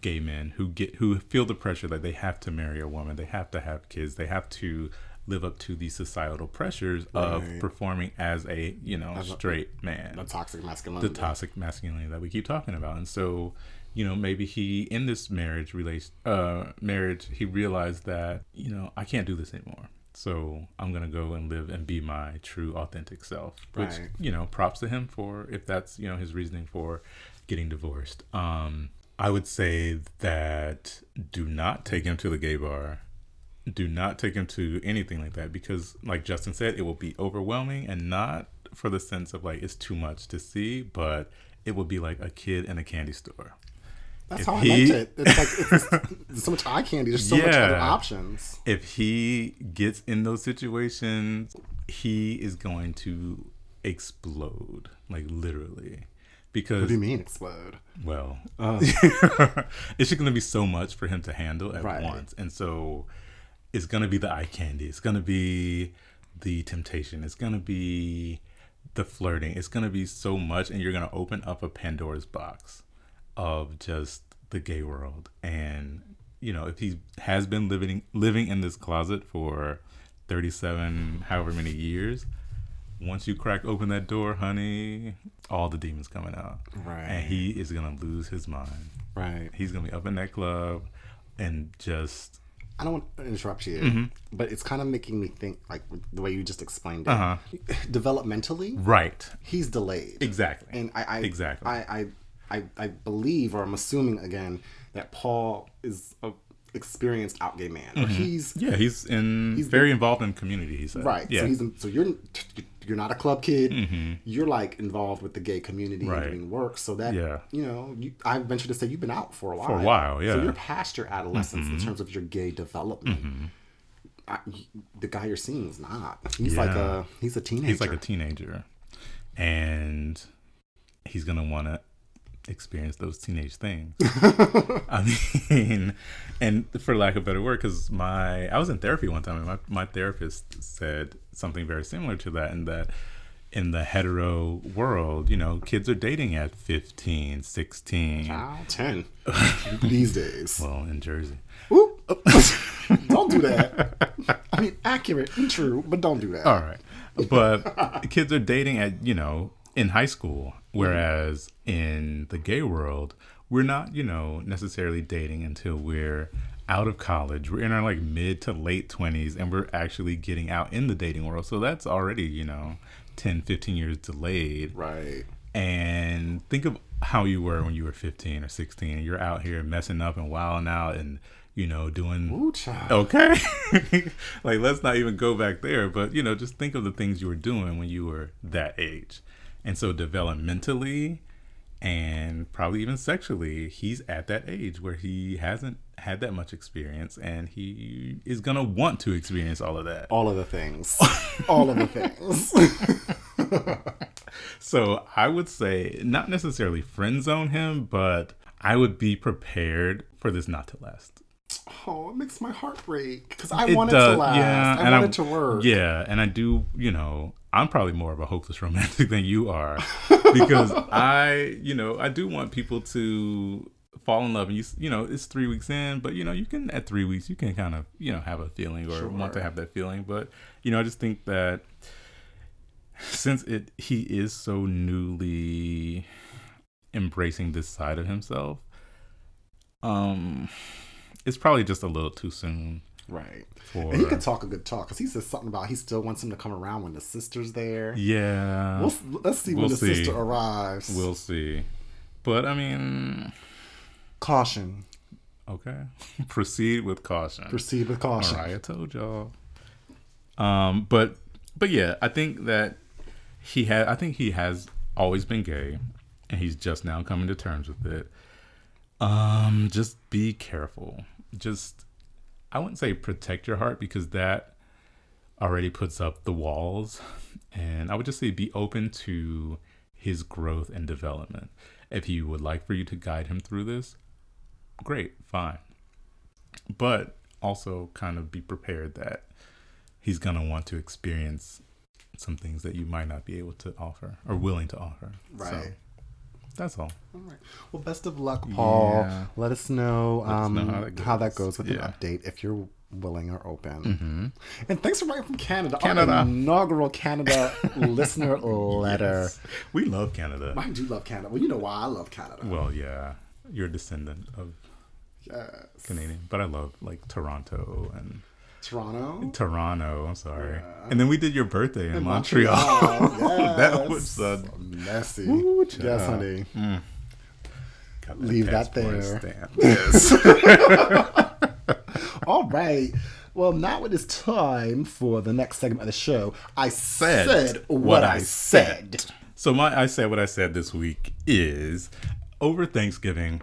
Speaker 1: gay men who get who feel the pressure that they have to marry a woman, they have to have kids, they have to live up to the societal pressures of performing as a, you know, straight man
Speaker 2: The toxic masculinity.
Speaker 1: the toxic masculinity that we keep talking about. And so, you know, maybe he in this marriage rela- uh marriage he realized that, you know, I can't do this anymore. So I'm gonna go and live and be my true authentic self. Which,
Speaker 2: Right.
Speaker 1: you know, props to him for if that's, you know, his reasoning for getting divorced. Um I would say that do not take him to the gay bar. Do not take him to anything like that because, like Justin said, it will be overwhelming and not for the sense of like it's too much to see, but it will be like a kid in a candy store.
Speaker 2: That's
Speaker 1: If
Speaker 2: how I
Speaker 1: he-
Speaker 2: liked it. It's like it's
Speaker 1: [laughs]
Speaker 2: just- there's so much eye candy. There's so much other
Speaker 1: Yeah.
Speaker 2: options.
Speaker 1: If he gets in those situations, he is going to explode, like literally. Because
Speaker 2: What do you mean explode?
Speaker 1: Well, [laughs] it's just going to be so much for him to handle at
Speaker 2: Right.
Speaker 1: once. And so it's going to be the eye candy. It's going to be the temptation. It's going to be the flirting. It's going to be so much. And you're going to open up a Pandora's box of just the gay world. And, you know, if he has been living, living in this closet for 37, however many years, once you crack open that door, honey, all the demons coming out.
Speaker 2: Right.
Speaker 1: And he is gonna lose his mind.
Speaker 2: Right.
Speaker 1: He's gonna be up in that club and just
Speaker 2: I don't want to interrupt you,
Speaker 1: Mm-hmm.
Speaker 2: but it's kind of making me think like with the way you just explained it.
Speaker 1: Uh-huh.
Speaker 2: [laughs] Developmentally,
Speaker 1: right.
Speaker 2: he's delayed.
Speaker 1: Exactly.
Speaker 2: And I, I
Speaker 1: exactly.
Speaker 2: I, I, I, I believe, or I'm assuming again, that Paul is a experienced out gay man.
Speaker 1: Mm-hmm.
Speaker 2: Or he's
Speaker 1: yeah, he's in he's very involved in community. He said.
Speaker 2: right.
Speaker 1: Yeah. Mm-hmm.
Speaker 2: So he's in, so you're you're not a club kid. You're like involved with the gay community
Speaker 1: Right.
Speaker 2: and doing work. So that
Speaker 1: Yeah.
Speaker 2: you know, you, I venture to say you've been out for a while.
Speaker 1: a while,
Speaker 2: So
Speaker 1: yeah. Mm-hmm.
Speaker 2: you're past your adolescence in terms of your gay development. I, the guy you're seeing is not. He's like
Speaker 1: Yeah.
Speaker 2: a he's a teenager.
Speaker 1: he's like a teenager, and he's gonna want to experience those teenage things. I mean, and for lack of better word, because my I was in therapy one time, and my my therapist said something very similar to that, in that in the hetero world, you know, kids are dating at 15, 16.
Speaker 2: Ah,
Speaker 1: [laughs]
Speaker 2: ten these days.
Speaker 1: Well, in Jersey.
Speaker 2: Oop.
Speaker 1: [laughs]
Speaker 2: don't do that. I mean, accurate and true, but don't do that.
Speaker 1: All right. But kids are dating at, you know, in high school, whereas in the gay world, we're not, you know, necessarily dating until we're out of college. We're in our like mid to late 20s and we're actually getting out in the dating world. So that's already, you know, 10, 15 years delayed.
Speaker 2: Right.
Speaker 1: And think of how you were when you were 15 or 16 and you're out here messing up and wilding out and, you know, doing
Speaker 2: Ooh, child.
Speaker 1: okay [laughs] like let's not even go back there but you know just think of the things you were doing when you were that age and so developmentally and probably even sexually he's at that age where he hasn't had that much experience and he is going to want to experience all of that
Speaker 2: All of the things. All of the things.
Speaker 1: so i would say not necessarily friend zone him but i would be prepared for this not to last
Speaker 2: oh, it makes my heart break because I
Speaker 1: It
Speaker 2: want it
Speaker 1: does,
Speaker 2: to last. I
Speaker 1: and
Speaker 2: want it to work.
Speaker 1: Yeah, and I do, you know, I'm probably more of a hopeless [laughs] romantic than you
Speaker 2: [laughs]
Speaker 1: are because I, you know, I do want people to fall in love and you s- you know it's three weeks in but you know you can at three weeks you can kind of you know have a feeling or want to have that feeling but you know i just think that since it he is so newly embracing this side of himself um it's probably just a little too soon
Speaker 2: Right.
Speaker 1: for
Speaker 2: And he could talk a good talk because he says something about he still wants him to come around when the sister's there.
Speaker 1: Yeah,
Speaker 2: We'll, s- let's see
Speaker 1: We'll
Speaker 2: when the
Speaker 1: see.
Speaker 2: sister arrives.
Speaker 1: we'll see. But I mean,
Speaker 2: Caution.
Speaker 1: okay, [laughs] proceed with caution.
Speaker 2: Proceed with
Speaker 1: All
Speaker 2: caution.
Speaker 1: right, I told y'all. Um, but but yeah, I think that he had. I think he has always been gay, and he's just now coming to terms with it. Um, just be careful. Just I wouldn't say protect your heart because that already puts up the walls, and I would just say be open to his growth and development. If he would like for you to guide him through this, great, fine but also kind of be prepared that he's going to want to experience some things that you might not be able to offer or willing to offer.
Speaker 2: Right.
Speaker 1: that's all.
Speaker 2: All right. Well, best of luck, Paul.
Speaker 1: Yeah.
Speaker 2: Let us know,
Speaker 1: us
Speaker 2: um,
Speaker 1: know
Speaker 2: how,
Speaker 1: how
Speaker 2: that
Speaker 1: that
Speaker 2: goes
Speaker 1: goes.
Speaker 2: with
Speaker 1: Yeah. Mm-hmm.
Speaker 2: an update if you're willing or open. And thanks for writing from Canada.
Speaker 1: Canada.
Speaker 2: Our
Speaker 1: [laughs]
Speaker 2: inaugural Canada listener letter.
Speaker 1: Yes. We love Canada.
Speaker 2: I do love Canada. Well, you know why I love Canada.
Speaker 1: Well, yeah. You're a descendant of
Speaker 2: Yes.
Speaker 1: Canadian, but I love like Toronto and
Speaker 2: Toronto.
Speaker 1: Toronto. I'm sorry. And then we did your birthday in, Montreal. [laughs]
Speaker 2: Montreal,
Speaker 1: that was the
Speaker 2: Messy.
Speaker 1: Woo, child.
Speaker 2: yes, honey.
Speaker 1: got
Speaker 2: Leave that
Speaker 1: passport
Speaker 2: there.
Speaker 1: stamp. Yes.
Speaker 2: [laughs] All right. Well, now it is time for the next segment of the show. I said,
Speaker 1: Said
Speaker 2: what,
Speaker 1: what
Speaker 2: I
Speaker 1: I
Speaker 2: said.
Speaker 1: So my I said what I said this week is over Thanksgiving,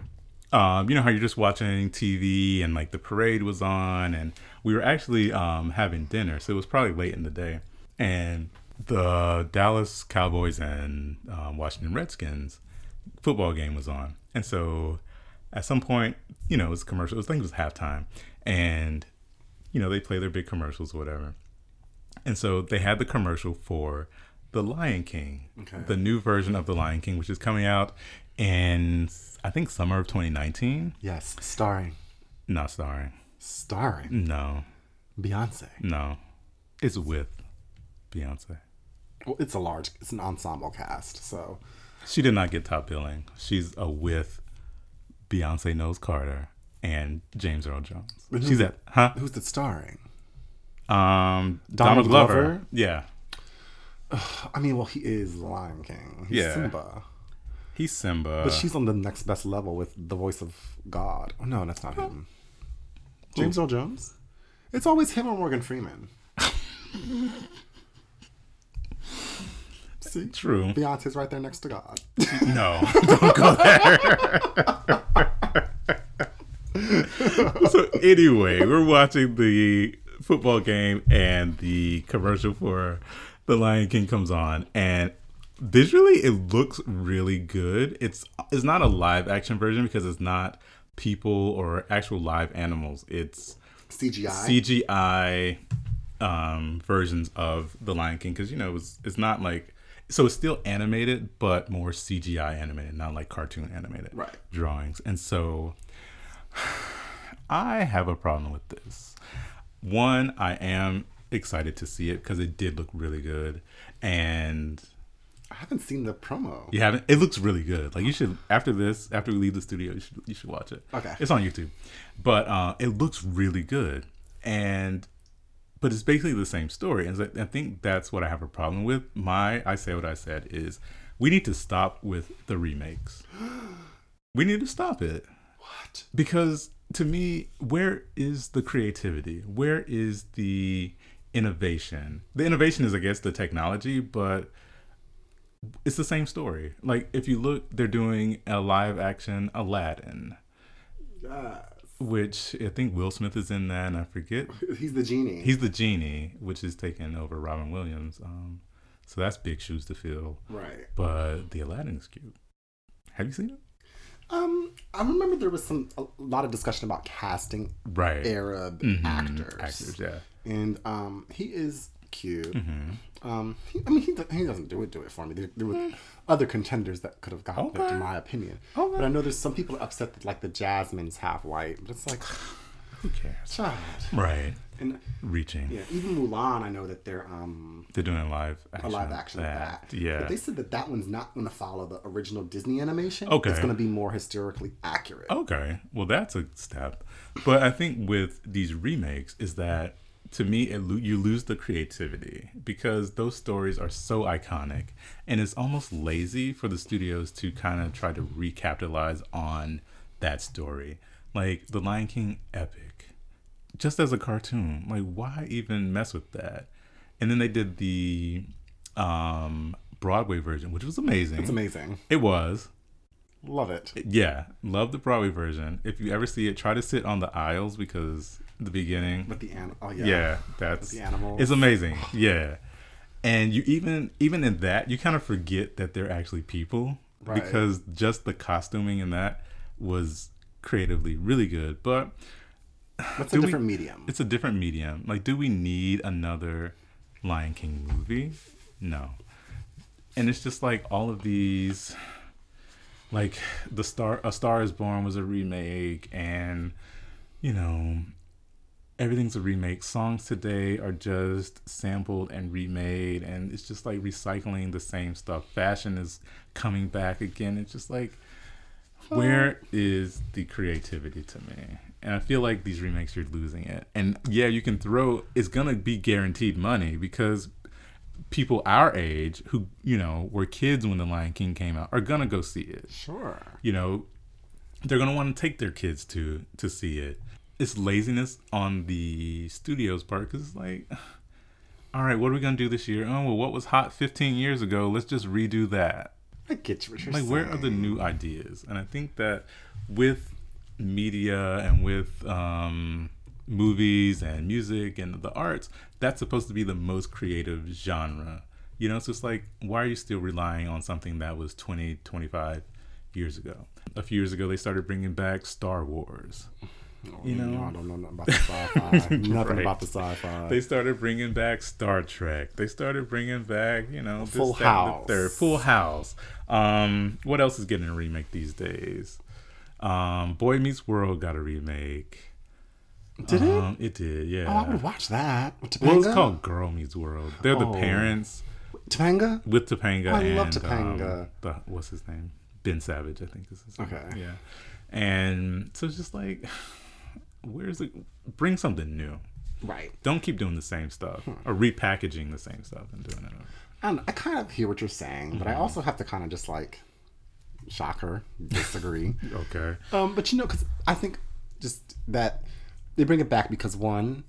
Speaker 1: um, you know how you're just watching TV and like the parade was on, and we were actually um, having dinner, so it was probably late in the day. And the Dallas Cowboys and um, Washington Redskins football game was on, and so at some point, you know, it was commercial. I think it was halftime, and you know they play their big commercials, or whatever. And so they had the commercial for the Lion King,
Speaker 2: Okay.
Speaker 1: the new version of the Lion King, which is coming out in I think summer of 2019.
Speaker 2: Yes, starring,
Speaker 1: Not starring.
Speaker 2: starring
Speaker 1: No,
Speaker 2: Beyonce.
Speaker 1: no, it's with Beyonce.
Speaker 2: Well, it's a large, it's an ensemble cast, so
Speaker 1: She did not get top billing. She's a with Beyonce knows Carter and James Earl Jones. She's at huh?
Speaker 2: who's the starring?
Speaker 1: Um, Donald
Speaker 2: Donald
Speaker 1: Glover.
Speaker 2: Glover?
Speaker 1: Yeah,
Speaker 2: I mean, well, he is Lion King. He's
Speaker 1: Yeah.
Speaker 2: Simba.
Speaker 1: he's Simba.
Speaker 2: But she's on the next best level with the voice of God. Oh, no, that's not him. James Earl Jones? It's always him or Morgan Freeman. See?
Speaker 1: True.
Speaker 2: Beyonce's right there next to God.
Speaker 1: No, don't go there. so anyway, we're watching the football game and the commercial for The Lion King comes on and visually it looks really good. It's it's not a live action version because it's not people or actual live animals. It's
Speaker 2: CGI.
Speaker 1: CGI um, versions of The Lion King because you know it was, it's not like so it's still animated but more CGI animated, not like cartoon animated
Speaker 2: Right.
Speaker 1: drawings. And so [sighs] I have a problem with this. One, I am excited to see it because it did look really good, and
Speaker 2: I haven't seen the promo.
Speaker 1: you haven't. It looks really good. Like you should after this, after we leave the studio, you should you should watch it.
Speaker 2: Okay.
Speaker 1: it's on YouTube, but uh, it looks really good, and but it's basically the same story. And so I think that's what I have a problem with. My I say what I said is we need to stop with the
Speaker 2: [gasps]
Speaker 1: remakes. We need to stop it
Speaker 2: What?
Speaker 1: because to me where is the creativity where is the innovation the innovation is i guess the technology but it's the same story like if you look they're doing a live action aladdin which i think will smith is in that and i forget
Speaker 2: He's the genie.
Speaker 1: he's the genie which is taking over robin williams um, so that's big shoes to fill
Speaker 2: right.
Speaker 1: but the aladdin is cute have you seen it
Speaker 2: Um, I remember there was some a lot of discussion about casting
Speaker 1: right
Speaker 2: Arab
Speaker 1: Mhm.
Speaker 2: actors.
Speaker 1: actors yeah Mm-hmm.
Speaker 2: and um, he is cute. Um, he, I mean, he, do- he doesn't do it do it for me. There, there were other contenders that could have gotten it,
Speaker 1: Mm. Okay.
Speaker 2: in my opinion.
Speaker 1: Okay.
Speaker 2: But I know there's some people upset that like the Jasmine's half white, but it's like, [sighs]
Speaker 1: who cares
Speaker 2: child.
Speaker 1: right
Speaker 2: And
Speaker 1: reaching.
Speaker 2: yeah, even Mulan, I know that they're um
Speaker 1: They're doing a live action.
Speaker 2: a live
Speaker 1: of
Speaker 2: action of that.
Speaker 1: Yeah.
Speaker 2: But they said that that one's not going to follow the original Disney animation.
Speaker 1: Okay. Oh.
Speaker 2: It's going to be more historically accurate.
Speaker 1: okay. Well, that's a step. But I think with these remakes is that to me it, lo- you lose the creativity because those stories are so iconic and it's almost lazy for the studios to kind of try to recapitalize on that story. Like the Lion King epic. just as a cartoon. Like, why even mess with that? And then they did the um, Broadway version, which was amazing.
Speaker 2: It's amazing.
Speaker 1: It was.
Speaker 2: Love it.
Speaker 1: Yeah. Love the Broadway version. If you ever see it, try to sit on the aisles because the beginning.
Speaker 2: With the animal. Oh, yeah.
Speaker 1: Yeah, that's
Speaker 2: The animals.
Speaker 1: It's amazing. Yeah. And you even even in that, you kind of forget that they're actually people
Speaker 2: Right.
Speaker 1: because just the costuming in that was creatively really good. But
Speaker 2: That's
Speaker 1: Do
Speaker 2: a
Speaker 1: we-
Speaker 2: different medium.
Speaker 1: it's a different medium. Like, do we need another Lion King movie? No. And it's just like all of these, like the star, A Star Is Born was a remake, and you know, everything's a remake. Songs today are just sampled and remade, and it's just like recycling the same stuff. Fashion is coming back again. It's just like, where is the creativity to me? And I feel like these remakes, you're losing it. And yeah, you can throw, it's going to be guaranteed money because people our age who, you know, were kids when The Lion King came out are going to go see it
Speaker 2: Sure.
Speaker 1: you know they're going to want to take their kids to to see it it's laziness on the studio's part because it's like [sighs] all right what are we going to do this year oh well what was hot 15 years ago let's just redo that
Speaker 2: I get you what you're
Speaker 1: like
Speaker 2: saying.
Speaker 1: where are the new ideas and i think that with media and with um, movies and music and the arts, that's supposed to be the most creative genre. You know, so it's like, why are you still relying on something that was 20, 25 years ago? A few years ago, they started bringing back Star Wars. You know?
Speaker 2: I don't know nothing about the
Speaker 1: [laughs]
Speaker 2: sci-fi. nothing
Speaker 1: Right.
Speaker 2: about the sci-fi.
Speaker 1: They started bringing back Star Trek. They started bringing back, you know, this,
Speaker 2: Full
Speaker 1: that, and the
Speaker 2: House.
Speaker 1: third. Full House. Um, what else is getting a remake these days? Um, Boy Meets World got a remake.
Speaker 2: Did it?
Speaker 1: Um, it did,
Speaker 2: Oh, I
Speaker 1: yeah.
Speaker 2: would watch that. With Topanga.
Speaker 1: well, it's called Girl Meets World. They're the
Speaker 2: Oh.
Speaker 1: parents
Speaker 2: Topanga.
Speaker 1: with Topanga.
Speaker 2: I
Speaker 1: and,
Speaker 2: love
Speaker 1: Um,
Speaker 2: Topanga.
Speaker 1: the, what's his name? Ben Savage, I think is his name.
Speaker 2: Okay.
Speaker 1: Yeah. And so it's just like, [sighs] where's the bring something new?
Speaker 2: Right.
Speaker 1: don't keep doing the same stuff
Speaker 2: Hmm.
Speaker 1: or repackaging the same stuff and doing it. over.
Speaker 2: I, don't know, I kind of hear what you're saying, but I
Speaker 1: Mm-hmm.
Speaker 2: also have to kind of just like shock her,
Speaker 1: [laughs]
Speaker 2: disagree.
Speaker 1: Okay.
Speaker 2: um, but you know, because I think just that they bring it back because one,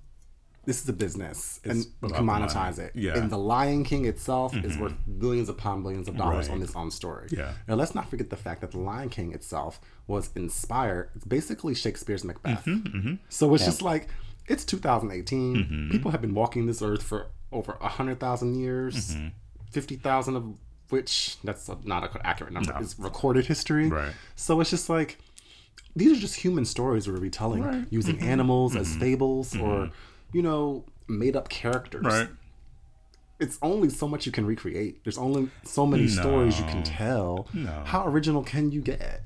Speaker 2: this is a business and you
Speaker 1: about
Speaker 2: can
Speaker 1: the
Speaker 2: monetize
Speaker 1: money.
Speaker 2: it.
Speaker 1: Yeah. Mm-hmm.
Speaker 2: And the Lion King itself is worth billions upon billions of dollars on
Speaker 1: Right.
Speaker 2: its own story.
Speaker 1: Yeah.
Speaker 2: Now let's not forget the fact that the Lion King itself was inspired. It's basically Shakespeare's Macbeth.
Speaker 1: Mm-hmm,
Speaker 2: So it's just like it's 2018. People have been walking this earth for over hundred thousand years.
Speaker 1: Mm-hmm.
Speaker 2: Fifty thousand of which that's not an accurate number is recorded history.
Speaker 1: Right.
Speaker 2: So it's just like these are just human stories we're retelling
Speaker 1: Right.
Speaker 2: using animals
Speaker 1: Mm-hmm.
Speaker 2: as fables or you know made up characters
Speaker 1: Right.
Speaker 2: it's only so much you can recreate there's only so many stories you can tell
Speaker 1: No.
Speaker 2: how original can you get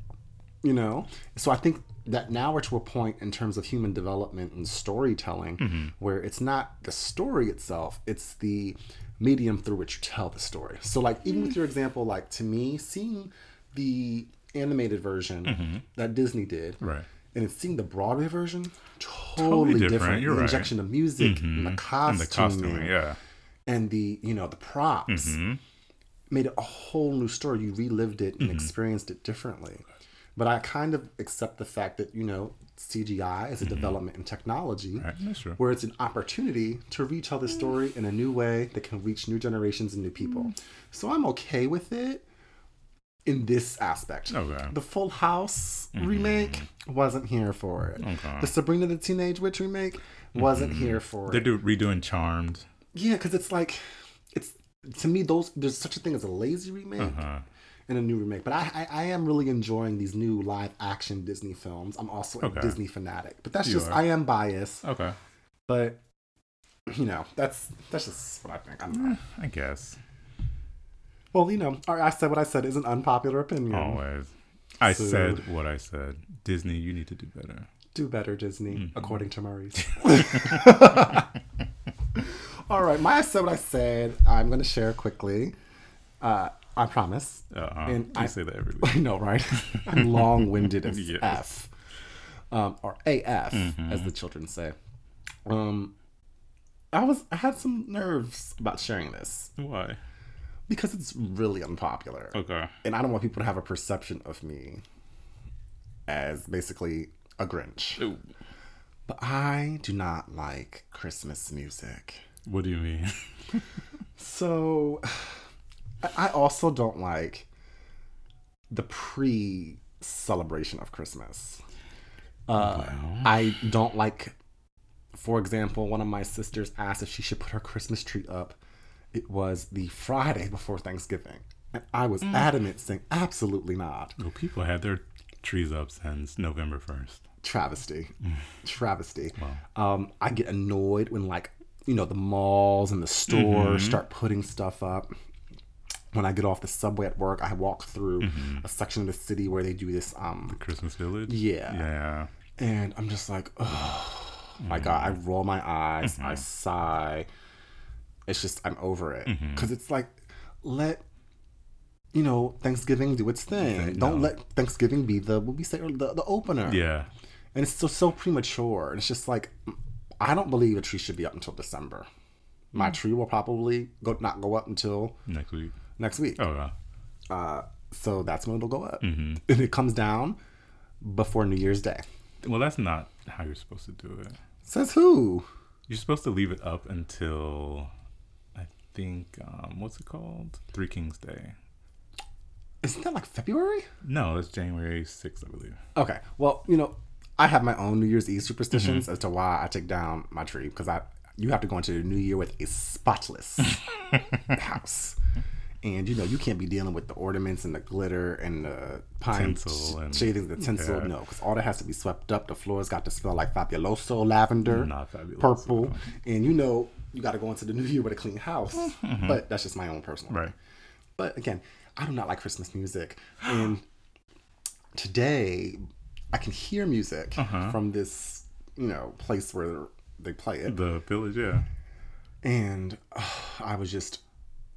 Speaker 2: you know so i think that now we're to a point in terms of human development and storytelling
Speaker 1: Mm-hmm.
Speaker 2: where it's not the story itself it's the medium through which you tell the story so like even with your example like to me seeing the animated version that disney did
Speaker 1: Mm-hmm. Right.
Speaker 2: and it's seeing the Broadway version, totally,
Speaker 1: different,
Speaker 2: different.
Speaker 1: you're
Speaker 2: the
Speaker 1: right. Mm-hmm.
Speaker 2: injection of music, and the
Speaker 1: And
Speaker 2: costume,
Speaker 1: the costuming, yeah.
Speaker 2: and the you know the props
Speaker 1: Mm-hmm.
Speaker 2: made it a whole new story. You relived it
Speaker 1: Mm-hmm.
Speaker 2: and experienced it differently. But I kind of accept the fact that you know CGI is a development in technology,
Speaker 1: Mm-hmm. Right, that's true.
Speaker 2: where it's an opportunity to retell the story in a new way that can reach new generations and new people.
Speaker 1: Mm.
Speaker 2: So I'm okay with it in this aspect.
Speaker 1: Okay. Mm-hmm.
Speaker 2: The Full House remake wasn't here for it.
Speaker 1: Okay. Mm-hmm.
Speaker 2: The Sabrina the Teenage Witch remake wasn't here for
Speaker 1: They're
Speaker 2: it.
Speaker 1: do, redoing Charmed.
Speaker 2: Yeah, because it's like it's to me those there's such a thing as a lazy remake
Speaker 1: Uh,
Speaker 2: and a new remake. But I, I I am really enjoying these new live action Disney films. I'm also
Speaker 1: Okay.
Speaker 2: a Disney fanatic, but that's
Speaker 1: You
Speaker 2: just
Speaker 1: are.
Speaker 2: I am biased.
Speaker 1: okay.
Speaker 2: But you know that's that's just what I think. I don't know.
Speaker 1: Eh, I guess.
Speaker 2: Well, you know, all right, I said what I said is an unpopular opinion.
Speaker 1: Always. I
Speaker 2: So-
Speaker 1: said what I said. Disney, you need to do better.
Speaker 2: Do better, Disney,
Speaker 1: Mm-hmm.
Speaker 2: according
Speaker 1: [laughs]
Speaker 2: to Maurice. All right, my I said what I said. I'm going to share quickly. Uh, I promise.
Speaker 1: Uh-uh.
Speaker 2: And
Speaker 1: I
Speaker 2: I-
Speaker 1: say that every week.
Speaker 2: [laughs] I know, right? I'm long winded as
Speaker 1: [laughs] Yes. Mm-hmm.
Speaker 2: F. Um, or AF, as the children say. Um, I was I had some nerves about sharing this
Speaker 1: [laughs] Why?
Speaker 2: because it's really unpopular.
Speaker 1: Okay.
Speaker 2: And I don't want people to have a perception of me as basically a Grinch.
Speaker 1: Ooh.
Speaker 2: But I do not like Christmas music.
Speaker 1: What do you mean? [laughs]
Speaker 2: So [sighs] I- I also don't like the pre celebration of Christmas. Uh, I don't like, for example, one of my sisters asked if she should put her Christmas tree up. It was the Friday before Thanksgiving. And I was adamant saying, absolutely not.
Speaker 1: well, people had their trees up since November 1st.
Speaker 2: travesty travesty um i get annoyed when like you know the malls and the stores start putting stuff up when i get off the subway at work i walk through a section of the city where they do this um
Speaker 1: Christmas Village?
Speaker 2: Yeah.
Speaker 1: Yeah.
Speaker 2: and i'm just like oh my god i roll my eyes i sigh it's just i'm over it because it's like let you know thanksgiving do its thing don't let thanksgiving be the what we say or the, the opener
Speaker 1: Yeah.
Speaker 2: and it's still so premature. And it's just like, I don't believe a tree should be up until December. My tree will probably go not go up until
Speaker 1: Next week.
Speaker 2: next week.
Speaker 1: Oh, yeah.
Speaker 2: Uh, so that's when it'll go up, and it comes down before New Year's Day.
Speaker 1: Well, that's not how you're supposed to do it.
Speaker 2: Says who?
Speaker 1: You're supposed to leave it up until I think um, what's it called? Three Kings Day.
Speaker 2: Isn't that like February?
Speaker 1: No, that's January sixth, I believe.
Speaker 2: Okay. Well, you know, I have my own New Year's Eve superstitions as to why I take down my tree because I you have to go into the New Year with
Speaker 1: [laughs]
Speaker 2: a spotless house. And you know you can't be dealing with the ornaments and the glitter and the pine
Speaker 1: Tinsel
Speaker 2: sh-
Speaker 1: and-
Speaker 2: shadings, the tinsel.
Speaker 1: yeah.
Speaker 2: No, because all that has to be swept up. The floor's got to smell like fabuloso lavender,
Speaker 1: Not fabuloso,
Speaker 2: purple. And you know you got to go into the new year with a clean house.
Speaker 1: Mm-hmm.
Speaker 2: But that's just my own personal.
Speaker 1: Right.
Speaker 2: But again, I do not like Christmas music. And [gasps] today, I can hear music
Speaker 1: Uh-huh.
Speaker 2: from this, you know, place where they play it.
Speaker 1: The village, yeah.
Speaker 2: And ah, I was just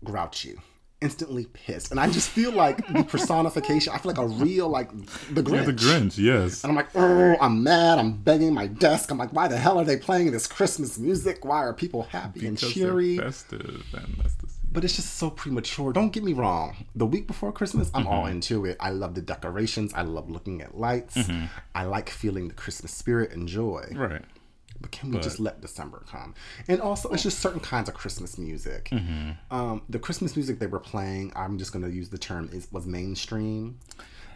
Speaker 2: grouchy, instantly pissed. And I just feel like
Speaker 1: [laughs]
Speaker 2: the personification, I feel like a real, like, the Grinch.
Speaker 1: Yeah, the Grinch, yes.
Speaker 2: And I'm like, oh, I'm mad. I'm banging my desk. I'm like, why the hell are they playing this Christmas music? Why are people happy and
Speaker 1: Because
Speaker 2: cheery?
Speaker 1: they're festive, and that's the season.
Speaker 2: but it's just so premature. Don't get me wrong. The week before Christmas, I'm all into it. I love the decorations. I love looking at lights. I like feeling the Christmas spirit and joy.
Speaker 1: Right.
Speaker 2: But can we just let December come? And also, it's just certain kinds of Christmas music. Um, the Christmas music they were playing, I'm just going to use the term, is was mainstream.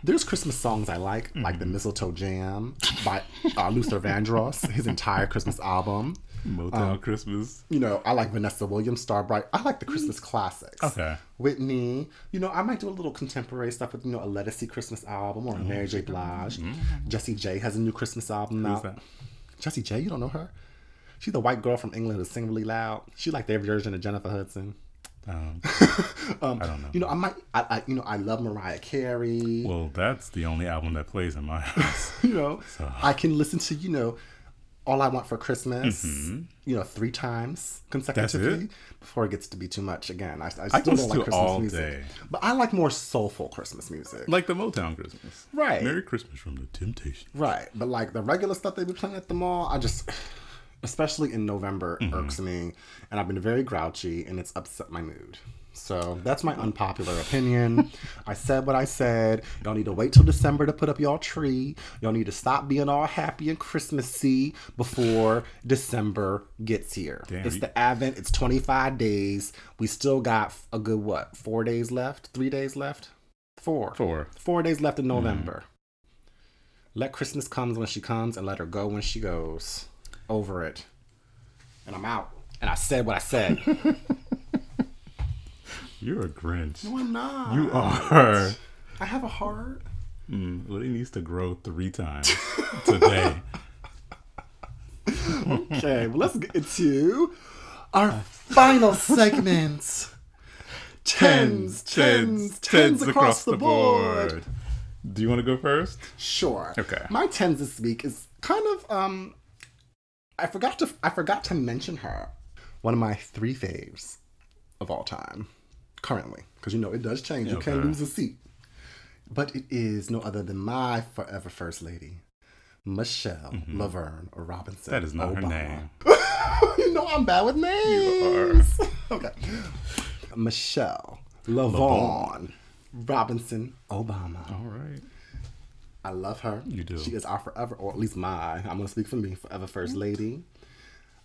Speaker 2: There's Christmas songs I like, like the Mistletoe Jam by uh, Luther Vandross, his entire Christmas album.
Speaker 1: Motown
Speaker 2: Um.
Speaker 1: Christmas.
Speaker 2: You know, I like Vanessa Williams, Starbright. I like the Christmas classics.
Speaker 1: Okay.
Speaker 2: Whitney. You know, I might do a little contemporary stuff with, you know, a Let Us See Christmas album or a Mary J. Blige. Jessie J has a new Christmas album
Speaker 1: Mm-hmm. Who's
Speaker 2: out.
Speaker 1: that?
Speaker 2: Jessie J, you don't know her? She's a white girl from England who sings really loud. She like their version of Jennifer Hudson. [laughs]
Speaker 1: Um, I don't know.
Speaker 2: You know, I might, I, I you know, I love Mariah Carey.
Speaker 1: Well, that's the only album that plays in my [laughs] house.
Speaker 2: [laughs] you know, I can listen to, you know, All I Want for Christmas,
Speaker 1: Mm-hmm.
Speaker 2: you know, three times consecutively before it gets to be too much again. I, I still
Speaker 1: can
Speaker 2: don't like
Speaker 1: listen to
Speaker 2: Christmas
Speaker 1: all
Speaker 2: music.
Speaker 1: day.
Speaker 2: But I like more soulful Christmas music.
Speaker 1: like the Motown Christmas.
Speaker 2: Right.
Speaker 1: Merry Christmas from the Temptations.
Speaker 2: Right, but like the regular stuff they be playing at the mall, I just, especially in November,
Speaker 1: Mm-hmm.
Speaker 2: irks me, and I've been very grouchy, and it's upset my mood. So that's my unpopular
Speaker 1: [laughs]
Speaker 2: opinion. I said what I said. Y'all need to wait till December to put up y'all tree. Y'all need to stop being all happy and Christmassy before December gets here.
Speaker 1: Damn,
Speaker 2: it's
Speaker 1: you-
Speaker 2: the Advent. It's 25 days. We still got a good what? Four days left? Three days left? Four.
Speaker 1: Four.
Speaker 2: Four days left in November. Let Christmas comes when she comes and let her go when she goes. Over it. And I'm out. And I said what I said.
Speaker 1: You're a Grinch.
Speaker 2: [laughs] no, I'm not.
Speaker 1: You are. [laughs]
Speaker 2: I have a heart.
Speaker 1: Mm, well, it needs to grow three
Speaker 2: [laughs]
Speaker 1: times today.
Speaker 2: Okay, well, let's get to our [laughs] final segment. Tens, tens, tens across the board.
Speaker 1: Do you want to go first?
Speaker 2: Sure.
Speaker 1: Okay.
Speaker 2: My tens this week is kind of um I forgot to I forgot to mention her. One of my three faves of all time. Currently. Because you know it does change. You can't
Speaker 1: Okay.
Speaker 2: lose a seat. But it is no other than my forever first lady. Michelle Laverne Robinson.
Speaker 1: Mm-hmm. That is not her
Speaker 2: [laughs] Obama.
Speaker 1: name.
Speaker 2: you know I'm bad with names. [laughs] okay. Michelle Laverne Robinson Obama.
Speaker 1: All right.
Speaker 2: I love her.
Speaker 1: You do.
Speaker 2: She is our forever, or at least my. I'm gonna speak for me, forever first lady.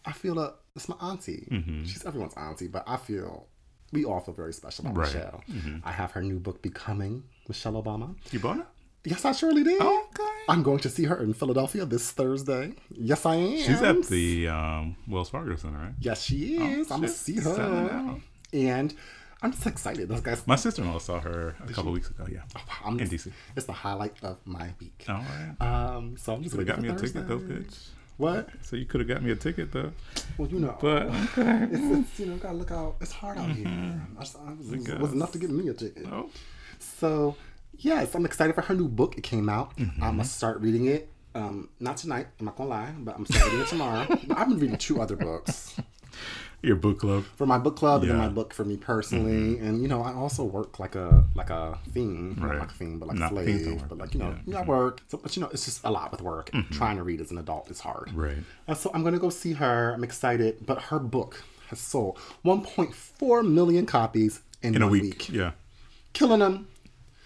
Speaker 2: I feel uh, it's my auntie.
Speaker 1: Mm-hmm.
Speaker 2: She's everyone's auntie, but I feel we all feel very special about
Speaker 1: Right. Mm-hmm.
Speaker 2: Michelle. I have her new book, Becoming Michelle Obama.
Speaker 1: You bought it?
Speaker 2: Yes, I surely did.
Speaker 1: Okay.
Speaker 2: I'm going to see her in Philadelphia this Thursday. Yes, I am.
Speaker 1: She's at the um, Wells Fargo Center, right?
Speaker 2: Yes, she is. I'm gonna
Speaker 1: shit.
Speaker 2: see
Speaker 1: Selling
Speaker 2: her,
Speaker 1: out.
Speaker 2: and I'm just excited. Those guys.
Speaker 1: My sister-in-law saw her a couple weeks ago. Yeah.
Speaker 2: I'm
Speaker 1: in DC.
Speaker 2: It's the highlight of my week.
Speaker 1: All right.
Speaker 2: Um, so I'm just
Speaker 1: They
Speaker 2: gonna
Speaker 1: got me a ticket though, bitch.
Speaker 2: What?
Speaker 1: So you could have got me a ticket though.
Speaker 2: Well, you know.
Speaker 1: But okay.
Speaker 2: It's, it's you know gotta look out. It's hard out here. I just, I was, it was
Speaker 1: guess.
Speaker 2: enough to get me a ticket.
Speaker 1: Oh,
Speaker 2: So yes, I'm excited for her new book. It came out. I'm gonna start reading it. Um, not tonight. I'm not gonna lie, but I'm starting reading it tomorrow. But I've been reading two other books
Speaker 1: [laughs] your book club.
Speaker 2: for my book club and then
Speaker 1: Yeah. Mm-hmm.
Speaker 2: my book for me personally. And you know, I also work like a like a fiend, not
Speaker 1: Right.
Speaker 2: like a fiend, but like
Speaker 1: Not
Speaker 2: a
Speaker 1: fiends don't
Speaker 2: slave.
Speaker 1: work,
Speaker 2: But like
Speaker 1: but
Speaker 2: you know,
Speaker 1: yeah. Mm-hmm.
Speaker 2: you know, I work. So, but you know, it's just a lot with work. Trying to read as an adult is hard.
Speaker 1: Right.
Speaker 2: And so I'm gonna go see her. I'm excited, but her book has sold 1.4 million copies in,
Speaker 1: In a
Speaker 2: one
Speaker 1: week.
Speaker 2: week,
Speaker 1: Yeah.
Speaker 2: killing them,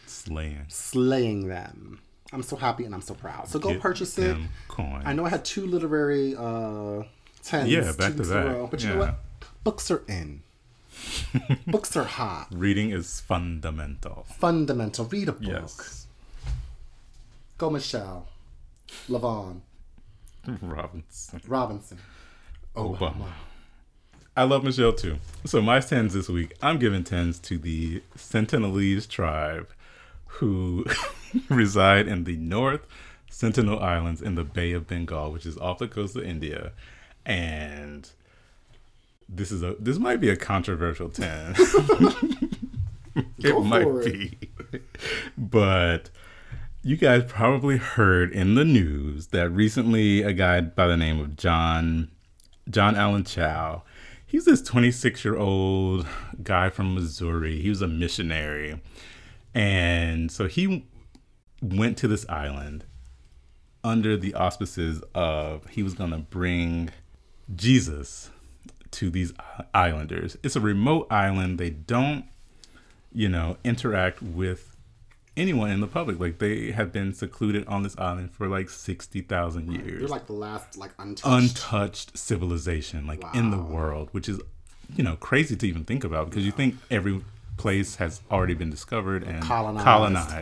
Speaker 1: Slaying.
Speaker 2: slaying them. I'm so happy and I'm so proud. So go
Speaker 1: Get
Speaker 2: purchase it.
Speaker 1: them Coin.
Speaker 2: I know I had two literary uh, tens.
Speaker 1: Yeah,
Speaker 2: two
Speaker 1: back to
Speaker 2: weeks in a
Speaker 1: back.
Speaker 2: row, but you know
Speaker 1: Yeah.
Speaker 2: what? Books are
Speaker 1: [laughs]
Speaker 2: in. Books are hot.
Speaker 1: Reading is fundamental. [laughs]
Speaker 2: Fundamental. Read a book.
Speaker 1: Yes.
Speaker 2: Go, Michelle. Lavon.
Speaker 1: Robinson.
Speaker 2: Robinson.
Speaker 1: Obama.
Speaker 2: Obama.
Speaker 1: I love Michelle too. So my tens this week, I'm giving tens to the Sentinelese tribe who [laughs] reside in the North Sentinel Islands in the Bay of Bengal, which is off the coast of India. And this is a this might be a controversial
Speaker 2: [laughs]
Speaker 1: 10. it
Speaker 2: Go
Speaker 1: might
Speaker 2: for it.
Speaker 1: be. but you guys probably heard in the news that recently a guy by the name of John John Allen Chow. He's this 26 year old guy from Missouri. He was a missionary. And so he went to this island under the auspices of he was going to bring Jesus to these i- islanders. It's a remote island. They don't, you know, interact with anyone in the public. Like they have been secluded on this island for like 60,000 years
Speaker 2: They're like the last, like untouched.
Speaker 1: untouched civilization like in the world which is you know crazy to even think about because you think every place has already been discovered and colonized.
Speaker 2: Colonized.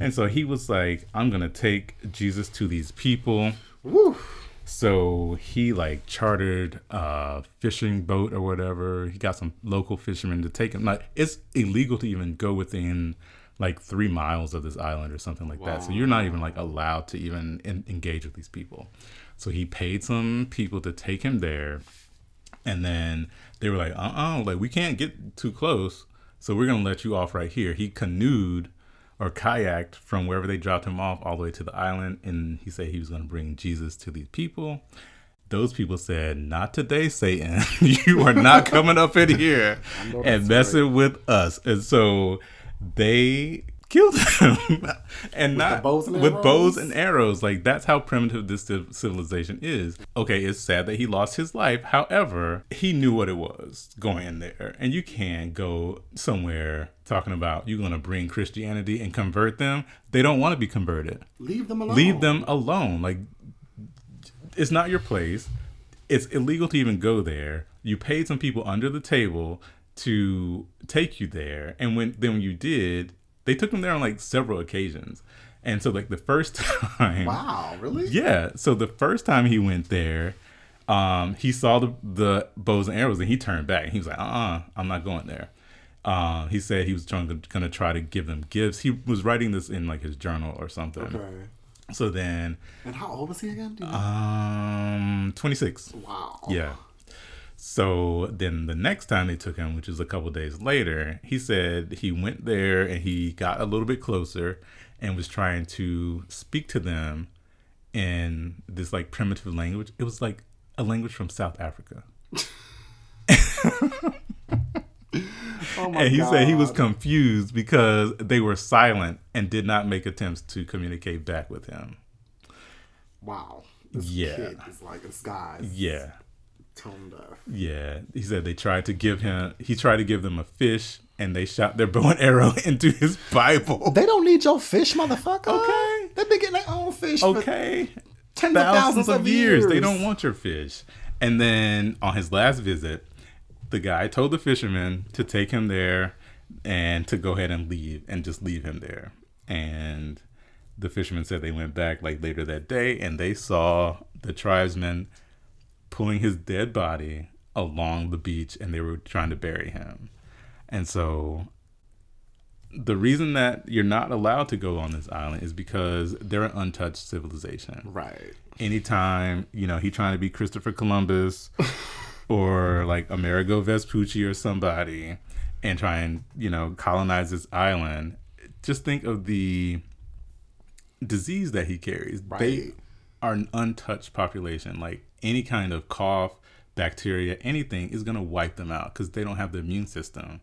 Speaker 1: and so he was like i'm gonna take jesus to these people
Speaker 2: Woo.
Speaker 1: so he like chartered a fishing boat or whatever he got some local fishermen to take him like it's illegal to even go within like three miles of this island or something like that so you're not even like allowed to even en- engage with these people so he paid some people to take him there and then they were like, uh uh like we can't get too close. So we're going to let you off right here. He canoed or kayaked from wherever they dropped him off all the way to the island. And he said he was going to bring Jesus to these people. Those people said, Not today, Satan. [laughs] you are
Speaker 2: [laughs]
Speaker 1: not coming up in here and messing with us. And so they killed [laughs] him. and not
Speaker 2: bows and
Speaker 1: with bows
Speaker 2: arrows?
Speaker 1: and arrows. Like that's how primitive this civ- civilization is. Okay, it's sad that he lost his life. However, he knew what it was going in there, and you can't go somewhere talking about you're going to bring Christianity and convert them. They don't want to be converted.
Speaker 2: Leave them alone.
Speaker 1: Leave them alone. Like it's not your place. It's illegal to even go there. You paid some people under the table to take you there, and when then when you did, they took them there on like several occasions. And so like the first [laughs] time,
Speaker 2: Wow, really?
Speaker 1: yeah. So the first time he went there, um, he saw the, the bows and arrows and he turned back. He was like, uh uh-uh, uh, i am not going there. Um, he said he was trying to, gonna try to give them gifts. He was writing this in like his journal or something.
Speaker 2: Okay.
Speaker 1: So then,
Speaker 2: And how old was he again? Do you-
Speaker 1: um, 26.
Speaker 2: wow.
Speaker 1: Uh, Yeah. So then the next time they took him, which was a couple days later, he said he went there and he got a little bit closer and was trying to speak to them in this like primitive language. It was like a language from South Africa.
Speaker 2: Oh my
Speaker 1: And he
Speaker 2: God.
Speaker 1: said he was confused because they were silent and did not make attempts to communicate back with him.
Speaker 2: Wow. This
Speaker 1: Yeah.
Speaker 2: kid is like, this guy's
Speaker 1: Yeah.
Speaker 2: tone deaf.
Speaker 1: Yeah, he said they tried to give him. He tried to give them a fish, and they shot their [laughs] bow and arrow into his Bible.
Speaker 2: They don't need your fish, motherfucker.
Speaker 1: Okay.
Speaker 2: They've been getting their own fish for
Speaker 1: Okay,
Speaker 2: tens of
Speaker 1: thousands of years. They don't want your fish. And then on his last visit, the guy told the fisherman to take him there and to go ahead and leave and just leave him there. And the fisherman said they went back like later that day and they saw the tribesmen pulling his dead body along the beach and they were trying to bury him. And so the reason that you're not allowed to go on this island is because they're an untouched civilization
Speaker 2: Right.
Speaker 1: anytime you know he trying to be Christopher Columbus or like Amerigo Vespucci or somebody and try and you know colonize this island just think of the disease that he carries they
Speaker 2: Right.
Speaker 1: are an untouched population like any kind of cough bacteria anything is going to wipe them out cuz they don't have the immune system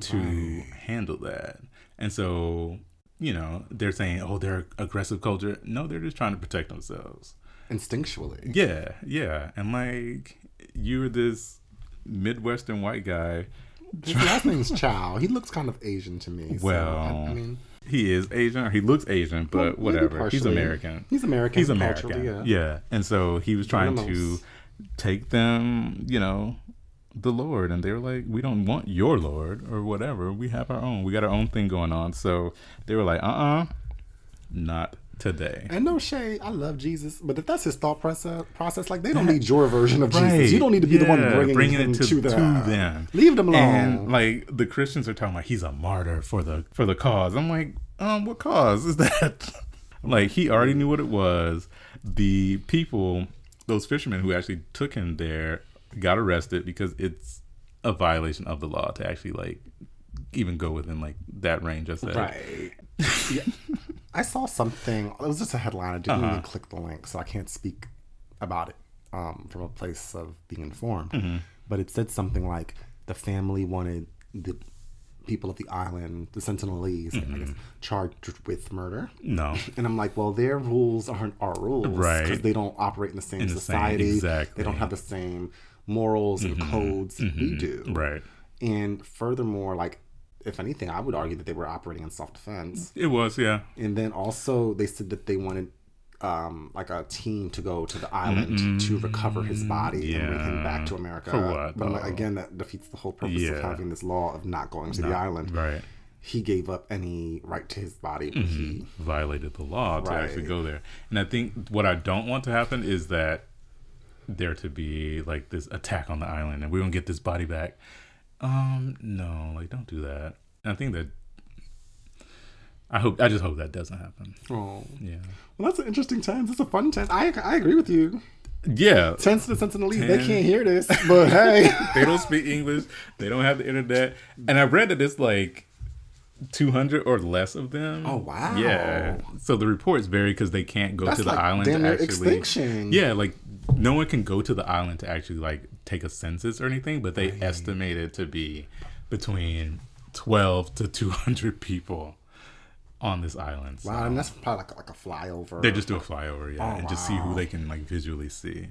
Speaker 1: to handle that and so you know they're saying oh they're aggressive culture no they're just trying to protect themselves
Speaker 2: Instinctually.
Speaker 1: yeah, yeah. And like you're this Midwestern white guy.
Speaker 2: His
Speaker 1: [laughs]
Speaker 2: last name's Chow. He looks kind of Asian to me. so,
Speaker 1: Well,
Speaker 2: I, I mean,
Speaker 1: he is Asian or he looks Asian, but
Speaker 2: maybe
Speaker 1: whatever. He's
Speaker 2: partially.
Speaker 1: American.
Speaker 2: He's American.
Speaker 1: He's American.
Speaker 2: culturally,
Speaker 1: yeah. And so he was trying to
Speaker 2: Minimals.
Speaker 1: take them, you know, the Lord. And they were like, we don't want your Lord or whatever. We have our own. We got our own thing going on. So they were like, uh uh "Uh-uh, not today.
Speaker 2: And no shade, I love Jesus, but if that's his thought process, process like they don't need your version of Jesus. You don't need to be the one
Speaker 1: Yeah,
Speaker 2: bringing, him
Speaker 1: it to, to
Speaker 2: them.
Speaker 1: them.
Speaker 2: Leave them alone.
Speaker 1: And like the Christians are talking about he's a martyr for the for the cause. I'm like, um, what cause is [laughs] that? like he already knew what it was. The people, those fishermen who actually took him there, got arrested because it's a violation of the law to actually like even go within like that range. I said,
Speaker 2: Right. [laughs] Yeah. I saw something. It was just a headline. I
Speaker 1: Uh-huh.
Speaker 2: didn't even click the link, so I can't speak about it um, from a place of being informed.
Speaker 1: Mm-hmm.
Speaker 2: But it said something like the family wanted the people of the island, the Sentinelese, I
Speaker 1: Mm-hmm.
Speaker 2: guess, charged with murder.
Speaker 1: no,
Speaker 2: And I'm like, well, their rules aren't our rules, Because
Speaker 1: Right.
Speaker 2: they don't operate in the same
Speaker 1: the same-
Speaker 2: society. They
Speaker 1: exactly. Mm-hmm.
Speaker 2: don't have the same morals and codes that we do.
Speaker 1: right.
Speaker 2: And furthermore, like, if anything, I would argue that they were operating in self defense.
Speaker 1: It was, yeah.
Speaker 2: And then also, they said that they wanted, um, like, a team to go to the island to recover his body and bring him back to America.
Speaker 1: For what,
Speaker 2: But I'm like,
Speaker 1: though?
Speaker 2: again, that defeats the whole purpose of
Speaker 1: Yeah.
Speaker 2: having this law of not going to the island.
Speaker 1: Right. Mm-hmm.
Speaker 2: He gave up any right to his body. when He
Speaker 1: violated the law to actually
Speaker 2: Right.
Speaker 1: go there. And I think what I don't want to happen is that there to be like this attack on the island and we're gonna get this body back. Um, no, like don't do that. And I think that I hope I just hope that doesn't happen.
Speaker 2: Oh.
Speaker 1: Yeah.
Speaker 2: Well, that's an interesting tense. It's a fun tense. I, I agree with you.
Speaker 1: Yeah.
Speaker 2: Tense to the Sentinelese, they
Speaker 1: Tense.
Speaker 2: can't hear this, but
Speaker 1: [laughs]
Speaker 2: hey.
Speaker 1: they don't speak English. They don't have the internet. And I read that it's like 200 or less of them.
Speaker 2: Oh, wow.
Speaker 1: Yeah. So the reports vary because they can't go
Speaker 2: That's
Speaker 1: to the
Speaker 2: like
Speaker 1: island
Speaker 2: damn
Speaker 1: to
Speaker 2: near
Speaker 1: actually.
Speaker 2: extinction.
Speaker 1: Yeah, like no one can go to the island to actually like take a census or anything, but they estimate it to be between 12 to 200 people on this island. So
Speaker 2: wow, Uh, and that's probably like, like a flyover.
Speaker 1: they just do a flyover, yeah,
Speaker 2: Oh,
Speaker 1: and just see who they can like visually see.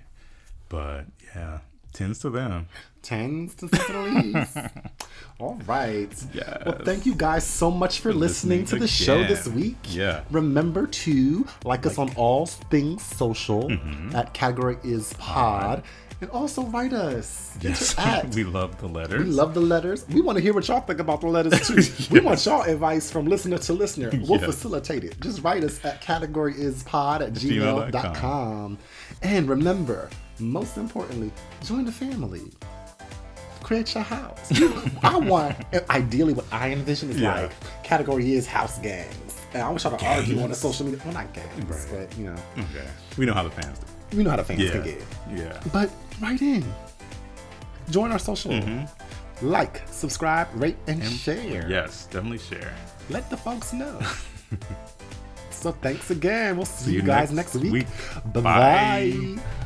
Speaker 1: But yeah, tends to them.
Speaker 2: tens
Speaker 1: [laughs]
Speaker 2: to Sentinelese. All right.
Speaker 1: Yes.
Speaker 2: Well, thank you guys so much for listening, to
Speaker 1: listening
Speaker 2: the show
Speaker 1: again.
Speaker 2: this week.
Speaker 1: Yeah.
Speaker 2: Remember to like us on all things social.
Speaker 1: Mm-hmm.
Speaker 2: That category is pod. And also write us.
Speaker 1: Yes, [laughs]
Speaker 2: Interact.
Speaker 1: we love the letters.
Speaker 2: We [clears throat] love the letters. We want to hear what y'all think about the
Speaker 1: [laughs]
Speaker 2: letters too. We want y'all advice from listener to listener. We'll
Speaker 1: Yes.
Speaker 2: facilitate it. Just write us at categoryispod at
Speaker 1: gmail dot com.
Speaker 2: gmail.com. And remember, most importantly, join the family. Create your house.
Speaker 1: [laughs]
Speaker 2: I want, ideally, what I envision is
Speaker 1: Yeah.
Speaker 2: like category is house games. And I wish I could argue on the
Speaker 1: Games?
Speaker 2: social media. Well, not games,
Speaker 1: Right.
Speaker 2: but you know,
Speaker 1: Okay. We know how the fans do.
Speaker 2: you know how the fans
Speaker 1: Yeah.
Speaker 2: can get.
Speaker 1: Yeah.
Speaker 2: But write in. Join our social. Like, subscribe, rate, and, share.
Speaker 1: Yes, definitely share.
Speaker 2: Let the folks know. so thanks again. We'll see,
Speaker 1: See
Speaker 2: you
Speaker 1: you
Speaker 2: guys next,
Speaker 1: next
Speaker 2: week.
Speaker 1: week.
Speaker 2: Bye-bye.
Speaker 1: Bye.